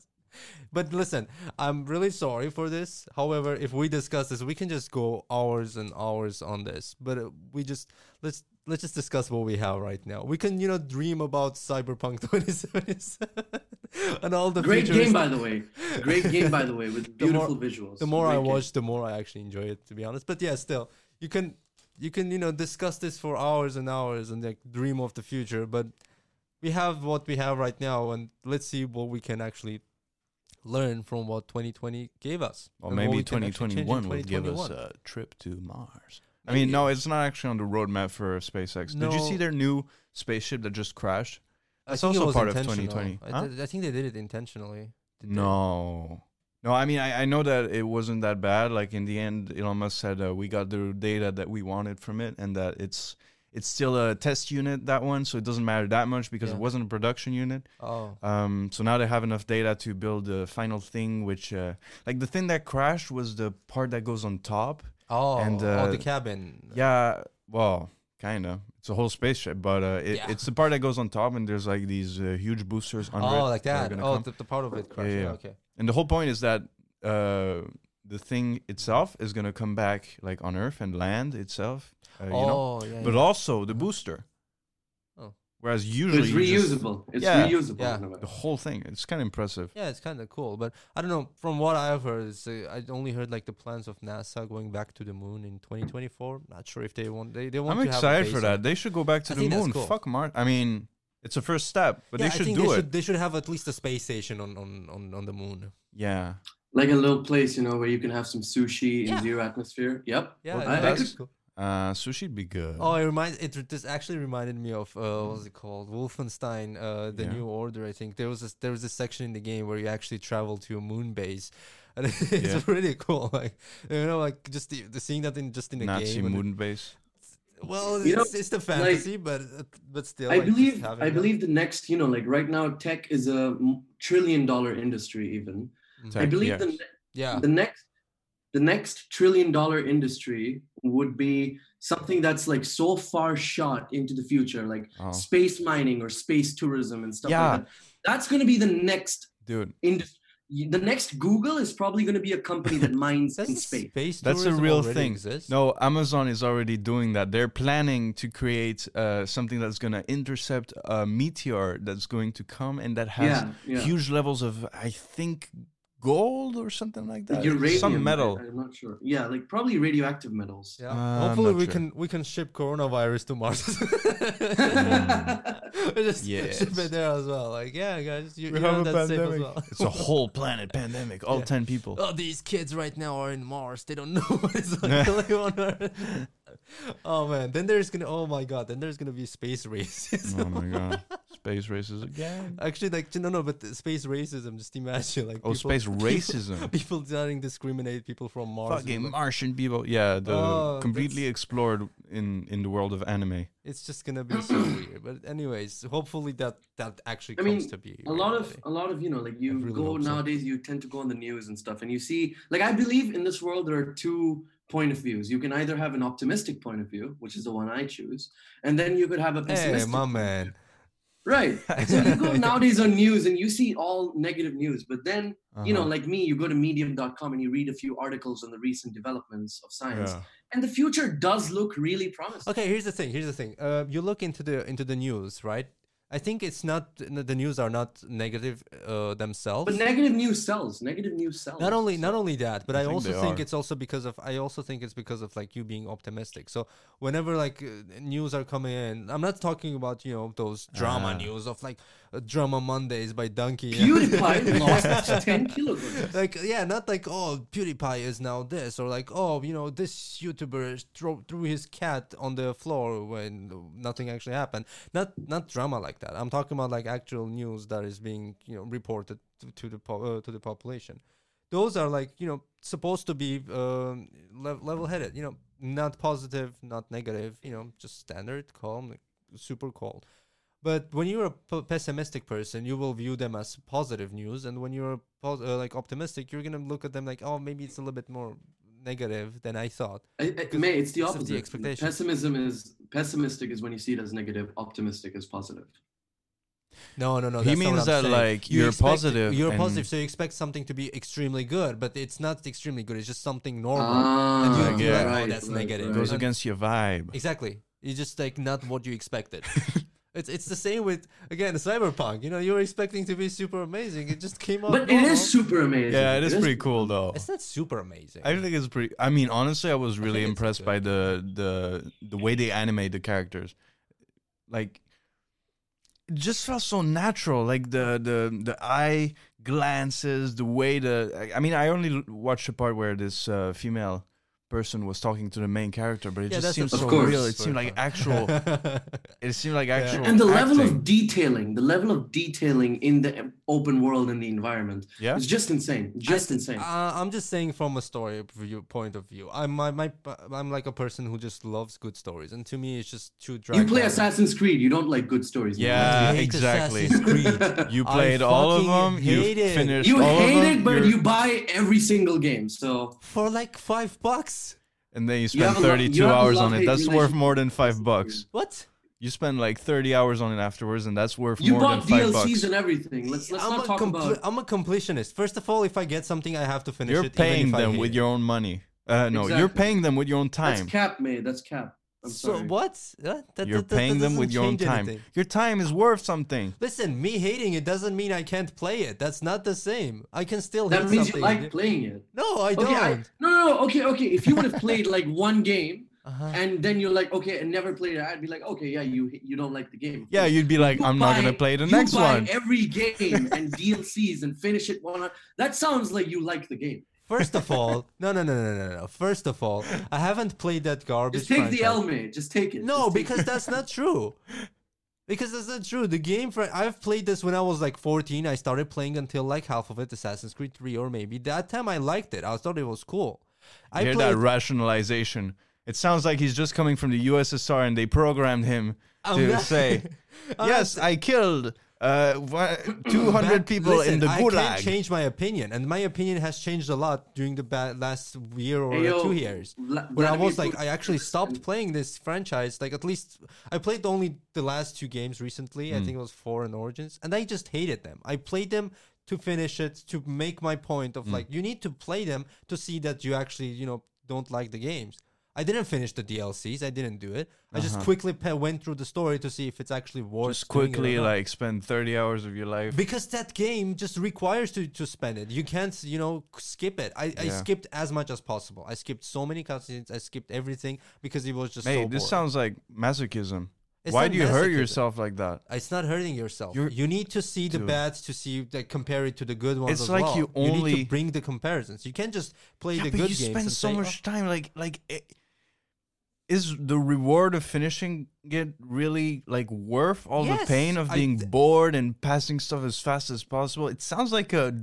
Speaker 1: but listen, I'm really sorry for this. However, if we discuss this, we can just go hours and hours on this. But uh, we just let's let's just discuss what we have right now. We can you know dream about Cyberpunk 2077 and all the
Speaker 3: it. Great game,
Speaker 1: futuristic-
Speaker 3: by the way. Great game, by the way, with
Speaker 1: The more-
Speaker 3: beautiful visuals.
Speaker 1: the more
Speaker 3: Great
Speaker 1: I
Speaker 3: game.
Speaker 1: watch, the more I actually enjoy it, to be honest. But yeah, still, you can you can you know discuss this for hours and hours and like dream of the future. But we have what we have right now, and let's see what we can actually learn from what 2020 gave us.
Speaker 2: or
Speaker 1: and what
Speaker 2: maybe
Speaker 1: we can actually change in
Speaker 2: 2021 will give us
Speaker 1: 2021.
Speaker 2: a trip to Mars. I mean, no, it's not actually on the roadmap for SpaceX. Did you
Speaker 1: No.
Speaker 2: see their new spaceship that just crashed?
Speaker 1: I
Speaker 2: that's
Speaker 1: think it
Speaker 2: also
Speaker 1: was
Speaker 2: part of
Speaker 1: intentional.
Speaker 2: 2020,
Speaker 1: I,
Speaker 2: huh?
Speaker 1: did- I think they did it intentionally. Did they?
Speaker 2: No. No, I mean, I, I know that it wasn't that bad. Like in the end, Elon Musk said uh, we got the data that we wanted from it, and that it's it's still a test unit that one, so it doesn't matter that much because
Speaker 1: Yeah.
Speaker 2: it wasn't a production unit.
Speaker 1: Oh.
Speaker 2: Um, so now they have enough data to build the final thing, which uh, like the thing that crashed was the part that goes on top.
Speaker 1: Oh,
Speaker 2: And,
Speaker 1: oh,
Speaker 2: uh,
Speaker 1: the cabin.
Speaker 2: Yeah, well, kind of. It's a whole spaceship, but uh, it,
Speaker 1: Yeah.
Speaker 2: it's the part that goes on top, and there's like these uh, huge boosters under it
Speaker 1: Oh, like
Speaker 2: are
Speaker 1: that.
Speaker 2: gonna
Speaker 1: Oh,
Speaker 2: come.
Speaker 1: the, the part of it crashed.
Speaker 2: yeah.
Speaker 1: Okay.
Speaker 2: And the whole point is that uh, the thing itself is gonna come back like on Earth and land itself, uh, you know.
Speaker 1: oh, yeah.
Speaker 2: But
Speaker 1: yeah.
Speaker 2: also the booster.
Speaker 1: Oh.
Speaker 2: Whereas
Speaker 3: It's
Speaker 2: usually you just-
Speaker 3: reusable. It's
Speaker 2: Yeah.
Speaker 3: reusable.
Speaker 1: Yeah.
Speaker 3: in a way.
Speaker 2: the whole thing. It's kind of impressive.
Speaker 1: Yeah, it's kind of cool, but I don't know. From what I've heard, it's, uh, I only heard like the plans of NASA going back to the moon in 2024. Not sure if they want. They, they want.
Speaker 2: I'm
Speaker 1: to have a
Speaker 2: excited for
Speaker 1: base
Speaker 2: that.
Speaker 1: on-
Speaker 2: They should go back to
Speaker 1: I
Speaker 2: the
Speaker 1: think that's
Speaker 2: moon.
Speaker 1: cool.
Speaker 2: Fuck Mars. I mean, it's a first step,
Speaker 1: Yeah,
Speaker 2: but they
Speaker 1: I
Speaker 2: should
Speaker 1: think
Speaker 2: do
Speaker 1: they
Speaker 2: it.
Speaker 1: Should, they should have at least a space station on on on, on the moon.
Speaker 2: Yeah.
Speaker 3: Like a little place, you know, where you can have some sushi in
Speaker 1: Yeah.
Speaker 3: zero atmosphere. Yep.
Speaker 1: Yeah,
Speaker 3: Well,
Speaker 1: it-
Speaker 3: I- I
Speaker 1: that's
Speaker 3: could-
Speaker 1: cool.
Speaker 2: Uh, sushi'd be good.
Speaker 1: Oh, it reminds it. re- This actually reminded me of uh, what's it called? Wolfenstein: uh, The
Speaker 2: Yeah.
Speaker 1: New Order. I think there was a, there was a section in the game where you actually travel to a moon base, and it's
Speaker 2: Yeah.
Speaker 1: pretty cool. Like you know, like just the, the seeing that in just in the
Speaker 2: Nazi
Speaker 1: game. and-
Speaker 2: moon base.
Speaker 1: Well,
Speaker 3: You know,
Speaker 1: it's, it's the fantasy, but uh, but still,
Speaker 3: I
Speaker 1: like, just
Speaker 3: believe
Speaker 1: having
Speaker 3: I
Speaker 1: that-
Speaker 3: believe the next, you know, like right now, tech is a m- trillion dollar industry. Even I
Speaker 2: Tech,
Speaker 3: believe
Speaker 2: yes.
Speaker 3: the, ne-
Speaker 1: Yeah,
Speaker 3: the next the next trillion dollar industry would be something that's like so far shot into the future, like
Speaker 2: Oh.
Speaker 3: space mining or space tourism and stuff.
Speaker 2: Yeah.
Speaker 3: like that. that's going to be the next
Speaker 2: Dude,
Speaker 3: industry. The next Google is probably going to be a company that mines in
Speaker 1: that's
Speaker 3: space.
Speaker 1: space.
Speaker 2: that's a
Speaker 1: tourism
Speaker 2: real
Speaker 1: already
Speaker 2: thing.
Speaker 1: Exists.
Speaker 2: No, Amazon is already doing that. They're planning to create uh, something that's going to intercept a meteor that's going to come and that has
Speaker 3: Yeah, yeah.
Speaker 2: huge levels of, I think, gold or something like that.
Speaker 3: Uranium,
Speaker 2: Some metal.
Speaker 3: I, am not sure. Yeah, like probably radioactive metals.
Speaker 1: Yeah. Mm.
Speaker 2: Uh, I'm
Speaker 1: Hopefully
Speaker 2: not
Speaker 1: we
Speaker 2: sure.
Speaker 1: can we can ship coronavirus to Mars. we just ship
Speaker 2: Yes.
Speaker 1: it there as well. Like yeah, guys, you,
Speaker 2: We
Speaker 1: you know
Speaker 2: have a
Speaker 1: that's safe as
Speaker 2: pandemic.
Speaker 1: well.
Speaker 2: It's a whole planet pandemic. All
Speaker 1: Yeah.
Speaker 2: 10 people.
Speaker 1: Oh, these kids right now are in Mars. They don't know what it's like to live on Earth. Oh man, then there's gonna oh my god, then there's gonna be space races.
Speaker 2: Oh my god. Space races again.
Speaker 1: Actually, like no, no, but the space racism. Just imagine, like
Speaker 2: Oh, space
Speaker 1: People,
Speaker 2: racism.
Speaker 1: people trying to discriminate people from Mars.
Speaker 2: Fucking Martian people. Yeah, the
Speaker 1: Oh,
Speaker 2: completely explored in in the world of anime.
Speaker 1: It's just gonna be so weird. But anyways, hopefully that that actually
Speaker 3: I
Speaker 1: comes
Speaker 3: mean,
Speaker 1: to be.
Speaker 3: A lot of
Speaker 1: reality.
Speaker 3: a lot of you know, like you
Speaker 1: really
Speaker 3: go
Speaker 1: hope so.
Speaker 3: nowadays, you tend to go on the news and stuff, and you see, like I believe in this world there are two point of views. You can either have an optimistic point of view, which is the one I choose, and then you could have a
Speaker 1: Hey,
Speaker 3: pessimistic.
Speaker 1: my man.
Speaker 3: Right. So you go nowadays on news and you see all negative news, but then you know,
Speaker 2: Uh-huh.
Speaker 3: like me, you go to medium.com and you read a few articles on the recent developments of science. And the future does look really promising.
Speaker 1: Okay, here's the thing. Here's the thing. Uh, you look into the into the news, right? I think it's not the news are not negative uh, themselves.
Speaker 3: But negative news sells. Negative news sells.
Speaker 1: not only not only that but i,
Speaker 2: think
Speaker 1: also
Speaker 2: they
Speaker 1: think
Speaker 2: are.
Speaker 1: it's also because of i also think it's because of like you being optimistic so whenever like uh, news are coming in i'm not talking about you know those drama
Speaker 2: Ah.
Speaker 1: news of like uh, drama mondays by donkey
Speaker 3: PewDiePie lost 10 kilograms.
Speaker 1: like yeah not like oh pewdiepie is now this or like oh you know this youtuber threw, threw his cat on the floor when nothing actually happened not not drama like that i'm talking about like actual news that is being you know reported to, to the po- uh, to the population those are like you know supposed to be um, le- level headed you know not positive not negative you know just standard calm like, super cool but when you're a p- pessimistic person, you will view them as positive news, and when you're pos- uh, like optimistic, you're gonna look at them like, oh, maybe it's a little bit more negative than I thought.
Speaker 3: I, I, May, it's the
Speaker 1: because of
Speaker 3: opposite.
Speaker 1: the expectation.
Speaker 3: Pessimism is pessimistic is when you see it as negative. Optimistic is positive.
Speaker 1: No, no, no.
Speaker 2: He
Speaker 1: that's not
Speaker 2: means
Speaker 1: what I'm
Speaker 2: that,
Speaker 1: saying.
Speaker 2: like, you're
Speaker 1: expect-
Speaker 2: positive
Speaker 1: You're
Speaker 2: and-
Speaker 1: positive, so you expect something to be extremely good, but it's not extremely good. It's just something normal.
Speaker 3: Ah,
Speaker 1: you
Speaker 2: feel
Speaker 1: oh,
Speaker 2: like,
Speaker 1: that's negative.
Speaker 2: It
Speaker 1: Right.
Speaker 2: goes
Speaker 1: And-
Speaker 2: against your vibe.
Speaker 1: Exactly. It's just like not what you expected. it's it's the same with again cyberpunk. You know, you were expecting to be super amazing. It just came out.
Speaker 3: But it
Speaker 1: normal.
Speaker 3: is super amazing.
Speaker 2: Yeah, it is pretty cool though.
Speaker 1: It's not super amazing.
Speaker 2: I think it's pretty. I mean, honestly, I was
Speaker 1: think
Speaker 2: really
Speaker 1: it's
Speaker 2: impressed
Speaker 1: good.
Speaker 2: by the the the way they animate the characters. Like, it just felt so natural. Like the the the eye glances, the way the. I- I mean, I only l- watched the part where this uh, female person was talking to the main character, but it
Speaker 1: Yeah, that's
Speaker 2: just
Speaker 1: the
Speaker 2: seemed
Speaker 1: first
Speaker 2: so
Speaker 3: Of
Speaker 2: real.
Speaker 3: course.
Speaker 2: It seemed like actual. it seemed like actual.
Speaker 3: And the level
Speaker 2: acting.
Speaker 3: of detailing, the level of detailing in the open world and the environment
Speaker 2: Yeah. Ah,
Speaker 3: is just insane. Just insane.
Speaker 1: Uh, I'm just saying from a story view, point of view. I'm my, my I'm like a person who just loves good stories, and to me, it's just too dry.
Speaker 3: you play Assassin's Creed, you don't like good stories. man.
Speaker 2: Yeah, Uh, exactly. You
Speaker 1: I
Speaker 2: played all of
Speaker 1: fucking
Speaker 2: them. You
Speaker 1: hate it.
Speaker 2: finished
Speaker 3: You
Speaker 2: all of
Speaker 3: hate
Speaker 2: them.
Speaker 3: it, but
Speaker 2: you're-
Speaker 3: you buy every single game. So
Speaker 1: for like five bucks.
Speaker 2: and then you
Speaker 3: You have
Speaker 2: spend
Speaker 3: a lo-
Speaker 2: 32
Speaker 3: you have a
Speaker 2: hours on it.
Speaker 3: love-hate
Speaker 2: That's worth
Speaker 3: relationship
Speaker 2: more than five
Speaker 3: with
Speaker 2: bucks.
Speaker 1: What?
Speaker 2: You spend like 30 hours on it afterwards, and that's worth
Speaker 3: you
Speaker 2: more than
Speaker 3: bought
Speaker 2: five
Speaker 3: DLCs
Speaker 2: bucks.
Speaker 3: and everything. Let's let's
Speaker 1: I'm
Speaker 3: not
Speaker 1: a
Speaker 3: talk
Speaker 1: compl-
Speaker 3: about.
Speaker 1: I'm a completionist. First of all, if I get something, I have to finish
Speaker 2: You're
Speaker 1: it.
Speaker 2: paying
Speaker 1: even if I
Speaker 2: them
Speaker 1: hate
Speaker 2: with
Speaker 1: it.
Speaker 2: your own money. Uh, no, you're
Speaker 3: Exactly.
Speaker 2: paying them with your own
Speaker 3: That's
Speaker 2: time.
Speaker 3: cap, mate. That's cap. I'm
Speaker 1: so
Speaker 3: sorry.
Speaker 1: what? Huh? That-
Speaker 2: You're
Speaker 1: that- that-
Speaker 2: paying
Speaker 1: that
Speaker 2: them with
Speaker 1: doesn't
Speaker 2: your own
Speaker 1: change
Speaker 2: time.
Speaker 1: anything.
Speaker 2: Your time is worth something.
Speaker 1: Listen, me hating it doesn't mean I can't play it. That's not the same. I can still
Speaker 3: That
Speaker 1: hate
Speaker 3: means
Speaker 1: something.
Speaker 3: you like playing it.
Speaker 1: no, I
Speaker 3: Okay, I,
Speaker 1: don't.
Speaker 3: no, no, no. Okay, okay. If you would have played like one game
Speaker 1: uh-huh.
Speaker 3: and then you're like, okay, and never played it, I'd be like, okay, yeah, you you don't like the game.
Speaker 2: Yeah, you'd be like,
Speaker 3: You
Speaker 2: I'm not gonna
Speaker 3: buy-
Speaker 2: play the
Speaker 3: you
Speaker 2: next
Speaker 3: buy
Speaker 2: one.
Speaker 3: Every game and DLCs and finish it one. That sounds like you like the game.
Speaker 1: First of all, no, no, no, no, no, no. First of all, I haven't played that garbage.
Speaker 3: Just take the
Speaker 1: franchise.
Speaker 3: L, mate. Just take it.
Speaker 1: No,
Speaker 3: Just take
Speaker 1: because that's not true. Because that's not true. The game for I've played this when I was like 14. I started playing until like half of it, Assassin's Creed 3, or maybe that time I liked it. I thought it was cool. I
Speaker 2: hear
Speaker 1: played.
Speaker 2: that rationalization. It sounds like he's just coming from the USSR and they programmed him
Speaker 3: Oh,
Speaker 1: I'm
Speaker 2: to
Speaker 1: not-
Speaker 2: say,
Speaker 1: I'm
Speaker 2: "Yes, I killed uh, wha- 200
Speaker 1: Back-
Speaker 2: people
Speaker 1: listen,
Speaker 2: in the
Speaker 1: I can't
Speaker 2: gulag."
Speaker 1: change my opinion, and my opinion has changed a lot during the ba- last year or
Speaker 3: Hey, yo,
Speaker 1: two years.
Speaker 3: La-
Speaker 1: Where I
Speaker 3: Vladimir
Speaker 1: was like,
Speaker 3: Putin-
Speaker 1: I actually stopped playing this franchise. Like, at least I played only the last two games recently. I think it
Speaker 2: Hmm.
Speaker 1: was Four and Origins, and I just hated them. I played them to finish it to make my point
Speaker 2: Hmm.
Speaker 1: of like, you need to play them to see that you actually, you know, don't like the games. I didn't finish the DLCs. I didn't do it. I just quickly pa- went through the story to see if it's actually worth.
Speaker 2: Uh-huh. Just
Speaker 1: doing it or
Speaker 2: quickly,
Speaker 1: not
Speaker 2: like, spend 30 hours of your life.
Speaker 1: because that game just requires to to spend it. You can't, you know, skip it. I, I
Speaker 2: Yeah.
Speaker 1: skipped as much as possible. I skipped so many cutscenes. I skipped everything because it was just.
Speaker 2: hey,
Speaker 1: so
Speaker 2: this
Speaker 1: boring.
Speaker 2: sounds like masochism.
Speaker 1: It's
Speaker 2: Why
Speaker 1: not
Speaker 2: do you hurt
Speaker 1: masochism.
Speaker 2: yourself like that?
Speaker 1: It's not hurting yourself.
Speaker 2: You're-
Speaker 1: you need to see the
Speaker 2: Dude.
Speaker 1: bad to see like compare it to the good ones.
Speaker 2: It's
Speaker 1: as
Speaker 2: like
Speaker 1: well.
Speaker 2: you
Speaker 1: need
Speaker 2: only-
Speaker 1: to bring the comparisons. You can't just play
Speaker 2: yeah,
Speaker 1: the
Speaker 2: but
Speaker 1: good
Speaker 2: you
Speaker 1: games.
Speaker 2: spend
Speaker 1: and
Speaker 2: so
Speaker 1: say, "Oh."
Speaker 2: much time like like it, is the reward of finishing it really like worth all
Speaker 1: Yes,
Speaker 2: the pain of
Speaker 1: I
Speaker 2: being
Speaker 1: d-
Speaker 2: bored and passing stuff as fast as possible it sounds like a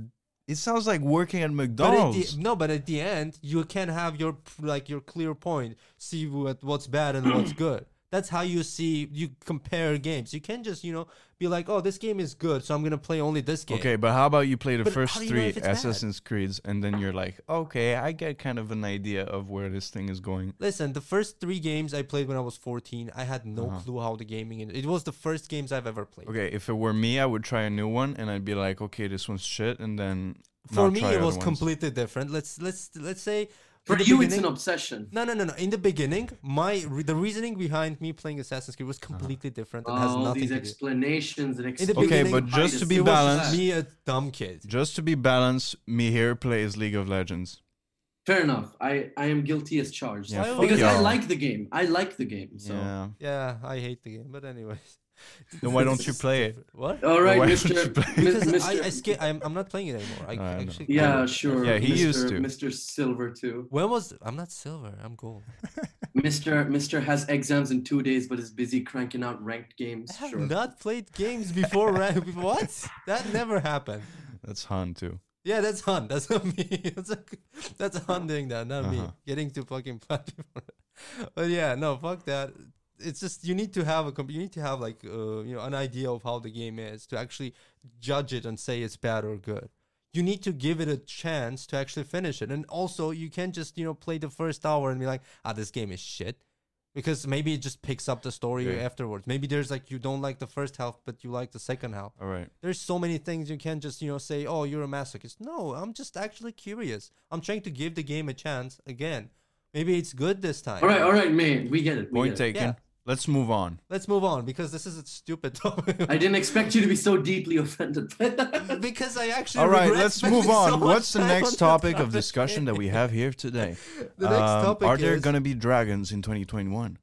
Speaker 2: it sounds like working at
Speaker 1: But at
Speaker 2: mcdonald's
Speaker 1: the, no, but at the end, you can have your like your clear point. See what what's bad and what's good. That's how you see you compare games. You can just you know be like, oh, this game is good, so I'm gonna play only this game.
Speaker 2: okay but how about you play the
Speaker 1: But how
Speaker 2: first
Speaker 1: do you know
Speaker 2: three
Speaker 1: if it's bad?
Speaker 2: assassin's creeds and then you're like okay i get kind of an idea of where this thing is going
Speaker 1: Listen, the first three games I played when I was 14, I had no clue how the gaming. It was the first games I've ever played.
Speaker 2: Uh-huh. okay if it were me i would try a new one and i'd be like okay this one's shit and then
Speaker 1: For
Speaker 2: not
Speaker 1: me,
Speaker 2: try
Speaker 1: it
Speaker 2: other
Speaker 1: was
Speaker 2: ones.
Speaker 1: completely different. Let's let's let's say in
Speaker 3: for
Speaker 1: the
Speaker 3: you, it's
Speaker 1: beginning-
Speaker 3: an obsession.
Speaker 1: No, no, no, no. In the beginning, my re- the reasoning behind me playing Assassin's Creed
Speaker 2: Uh-huh.
Speaker 1: was completely different and has
Speaker 3: All
Speaker 1: nothing
Speaker 3: Oh, these
Speaker 1: to do.
Speaker 3: explanations and
Speaker 1: the
Speaker 3: explanations.
Speaker 2: okay
Speaker 1: beginning,
Speaker 2: but
Speaker 1: I
Speaker 2: just to
Speaker 3: just-
Speaker 2: be
Speaker 1: It was
Speaker 2: balanced
Speaker 1: me a dumb kid.
Speaker 2: Just to be balanced, Mihir plays League of Legends.
Speaker 3: Fair enough. I, I am guilty as charged.
Speaker 2: Yeah,
Speaker 1: fuck
Speaker 3: because I
Speaker 2: y'all.
Speaker 3: like the game. I like the game. So.
Speaker 2: Yeah.
Speaker 1: Yeah, I hate the game. But anyways,
Speaker 2: Then why don't you play it?
Speaker 1: what?
Speaker 3: All right,
Speaker 2: Why don't
Speaker 3: Mr.
Speaker 2: you play-
Speaker 3: Mi-
Speaker 1: Because
Speaker 3: Mr.
Speaker 1: I, I skip. I'm, I'm not playing it anymore. I,
Speaker 2: I know.
Speaker 1: actually.
Speaker 3: Yeah, sure.
Speaker 2: Yeah, he
Speaker 3: Mr.
Speaker 2: used to.
Speaker 3: Mr. Silver too.
Speaker 1: When was I'm not silver. I'm gold.
Speaker 3: Mr. Mr. has exams in two days, but is busy cranking out ranked games.
Speaker 1: I have
Speaker 3: Sure.
Speaker 1: not played games before. Ra- what? That never happened.
Speaker 2: That's Han too.
Speaker 1: Yeah, that's Han. That's not me. That's a, that's Han doing that, not me.
Speaker 2: Uh-huh.
Speaker 1: Getting to fucking platform. but yeah, no, fuck that. It's just you need to have a comp- you need to have like uh, you know an idea of how the game is to actually judge it and say it's bad or good. You need to give it a chance to actually finish it, and also you can't just you know play the first hour and be like, ah, this game is shit. Because maybe it just picks up the story
Speaker 2: Yeah.
Speaker 1: afterwards. Maybe there's like you don't like the first half, but you like the second half
Speaker 2: All right.
Speaker 1: there's so many things you can't just you know say oh you're a masochist no i'm just actually curious i'm trying to give the game a chance again maybe it's good this time
Speaker 3: All right, all right, man. We get it. We
Speaker 2: Point
Speaker 3: get it.
Speaker 2: taken.
Speaker 1: Yeah.
Speaker 2: Let's move on.
Speaker 1: let's move on because this is a stupid topic
Speaker 3: I didn't expect you to be so deeply offended.
Speaker 1: because i actually
Speaker 2: All right,
Speaker 1: regret
Speaker 2: let's
Speaker 1: spending
Speaker 2: move on.
Speaker 1: so much
Speaker 2: What's the
Speaker 1: time on
Speaker 2: next
Speaker 1: that
Speaker 2: topic of discussion that we have here today? Um,
Speaker 1: The next topic
Speaker 2: Are there
Speaker 1: is-
Speaker 2: going to be dragons in 2021?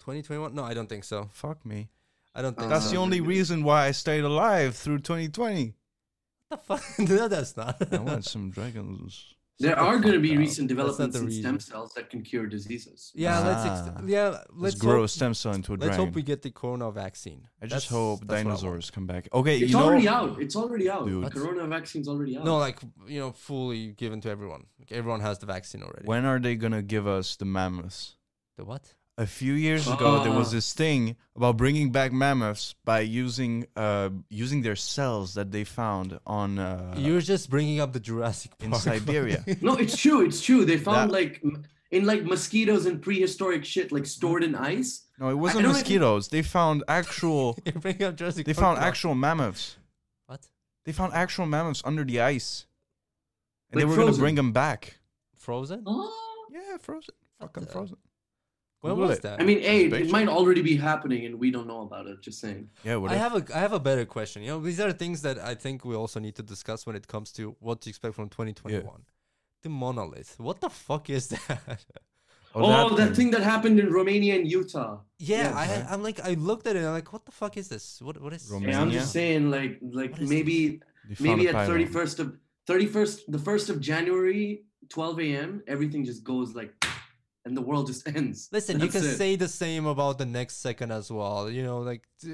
Speaker 1: 2021 no i don't think so
Speaker 2: Fuck me.
Speaker 1: i don't think
Speaker 2: That's
Speaker 1: so.
Speaker 2: the only reason why I stayed alive through 2020.
Speaker 1: What the fuck? no that's not
Speaker 2: I want some dragons.
Speaker 3: there are going to be
Speaker 2: fuck up.
Speaker 1: That's not
Speaker 3: recent developments
Speaker 1: the
Speaker 3: in
Speaker 1: reason.
Speaker 3: stem cells that can cure diseases.
Speaker 1: yeah let's
Speaker 2: Ah.
Speaker 1: ex- yeah
Speaker 2: Let's,
Speaker 1: let's
Speaker 2: grow a
Speaker 1: hope,
Speaker 2: stem cell into a
Speaker 1: let's
Speaker 2: dragon.
Speaker 1: hope we get the corona vaccine
Speaker 2: I
Speaker 1: That's-
Speaker 2: just hope
Speaker 1: that's what I want.
Speaker 2: dinosaurs come back. Okay,
Speaker 3: It's
Speaker 2: you know,
Speaker 3: already out. It's already out.
Speaker 2: Dude.
Speaker 3: Corona vaccine's already out.
Speaker 1: no like you know fully given to everyone like, everyone has the vaccine already
Speaker 2: when are they going to give us the mammoths?
Speaker 1: the what
Speaker 2: a few years ago there was
Speaker 3: Ah.
Speaker 2: this thing about bringing back mammoths by using uh using their cells that they found on uh,
Speaker 1: You're just bringing up the Jurassic Park.
Speaker 2: in Siberia.
Speaker 3: No, it's true. It's true. They found
Speaker 2: That-
Speaker 3: like m- in like mosquitoes and prehistoric shit, like stored in ice.
Speaker 2: No, it wasn't
Speaker 3: don't even-
Speaker 2: mosquitoes. They found actual
Speaker 1: You're bringing up Jurassic
Speaker 2: they
Speaker 1: Park
Speaker 2: found
Speaker 1: now.
Speaker 2: actual mammoths.
Speaker 1: What?
Speaker 2: They found actual mammoths under the ice. And they
Speaker 3: Like
Speaker 2: were going to
Speaker 3: frozen.
Speaker 2: bring them back.
Speaker 1: Frozen?
Speaker 3: Oh,
Speaker 2: Yeah, frozen. Fucking
Speaker 1: the-
Speaker 2: frozen.
Speaker 1: When
Speaker 2: Google
Speaker 1: was
Speaker 2: it.
Speaker 1: that?
Speaker 3: I mean, hey, it,
Speaker 2: Basically.
Speaker 3: might already be happening and we don't know about it. Just saying.
Speaker 2: Yeah, what
Speaker 1: I
Speaker 2: if-
Speaker 1: have a I have a better question. You know, these are things that I think we also need to discuss when it comes to what to expect from 2021. The monolith. What the fuck is that?
Speaker 3: Oh, that,
Speaker 2: thing.
Speaker 3: thing that happened in Romania and Utah.
Speaker 1: yeah,
Speaker 3: Yeah,
Speaker 1: I had, I'm like I looked at it. and I'm like, what the fuck is this? What what is?
Speaker 2: Roman-
Speaker 3: Yeah, I'm
Speaker 2: Romania?
Speaker 3: just saying, like, like
Speaker 1: What is
Speaker 3: maybe
Speaker 2: They found
Speaker 3: maybe
Speaker 2: a
Speaker 3: at
Speaker 2: pylon.
Speaker 3: 31st of 31st, the 1st of January, 12 a.m., everything just goes like, and the world just ends.
Speaker 1: Listen, you
Speaker 3: That's
Speaker 1: can
Speaker 3: it.
Speaker 1: say the same about the next second as well. You know, like t-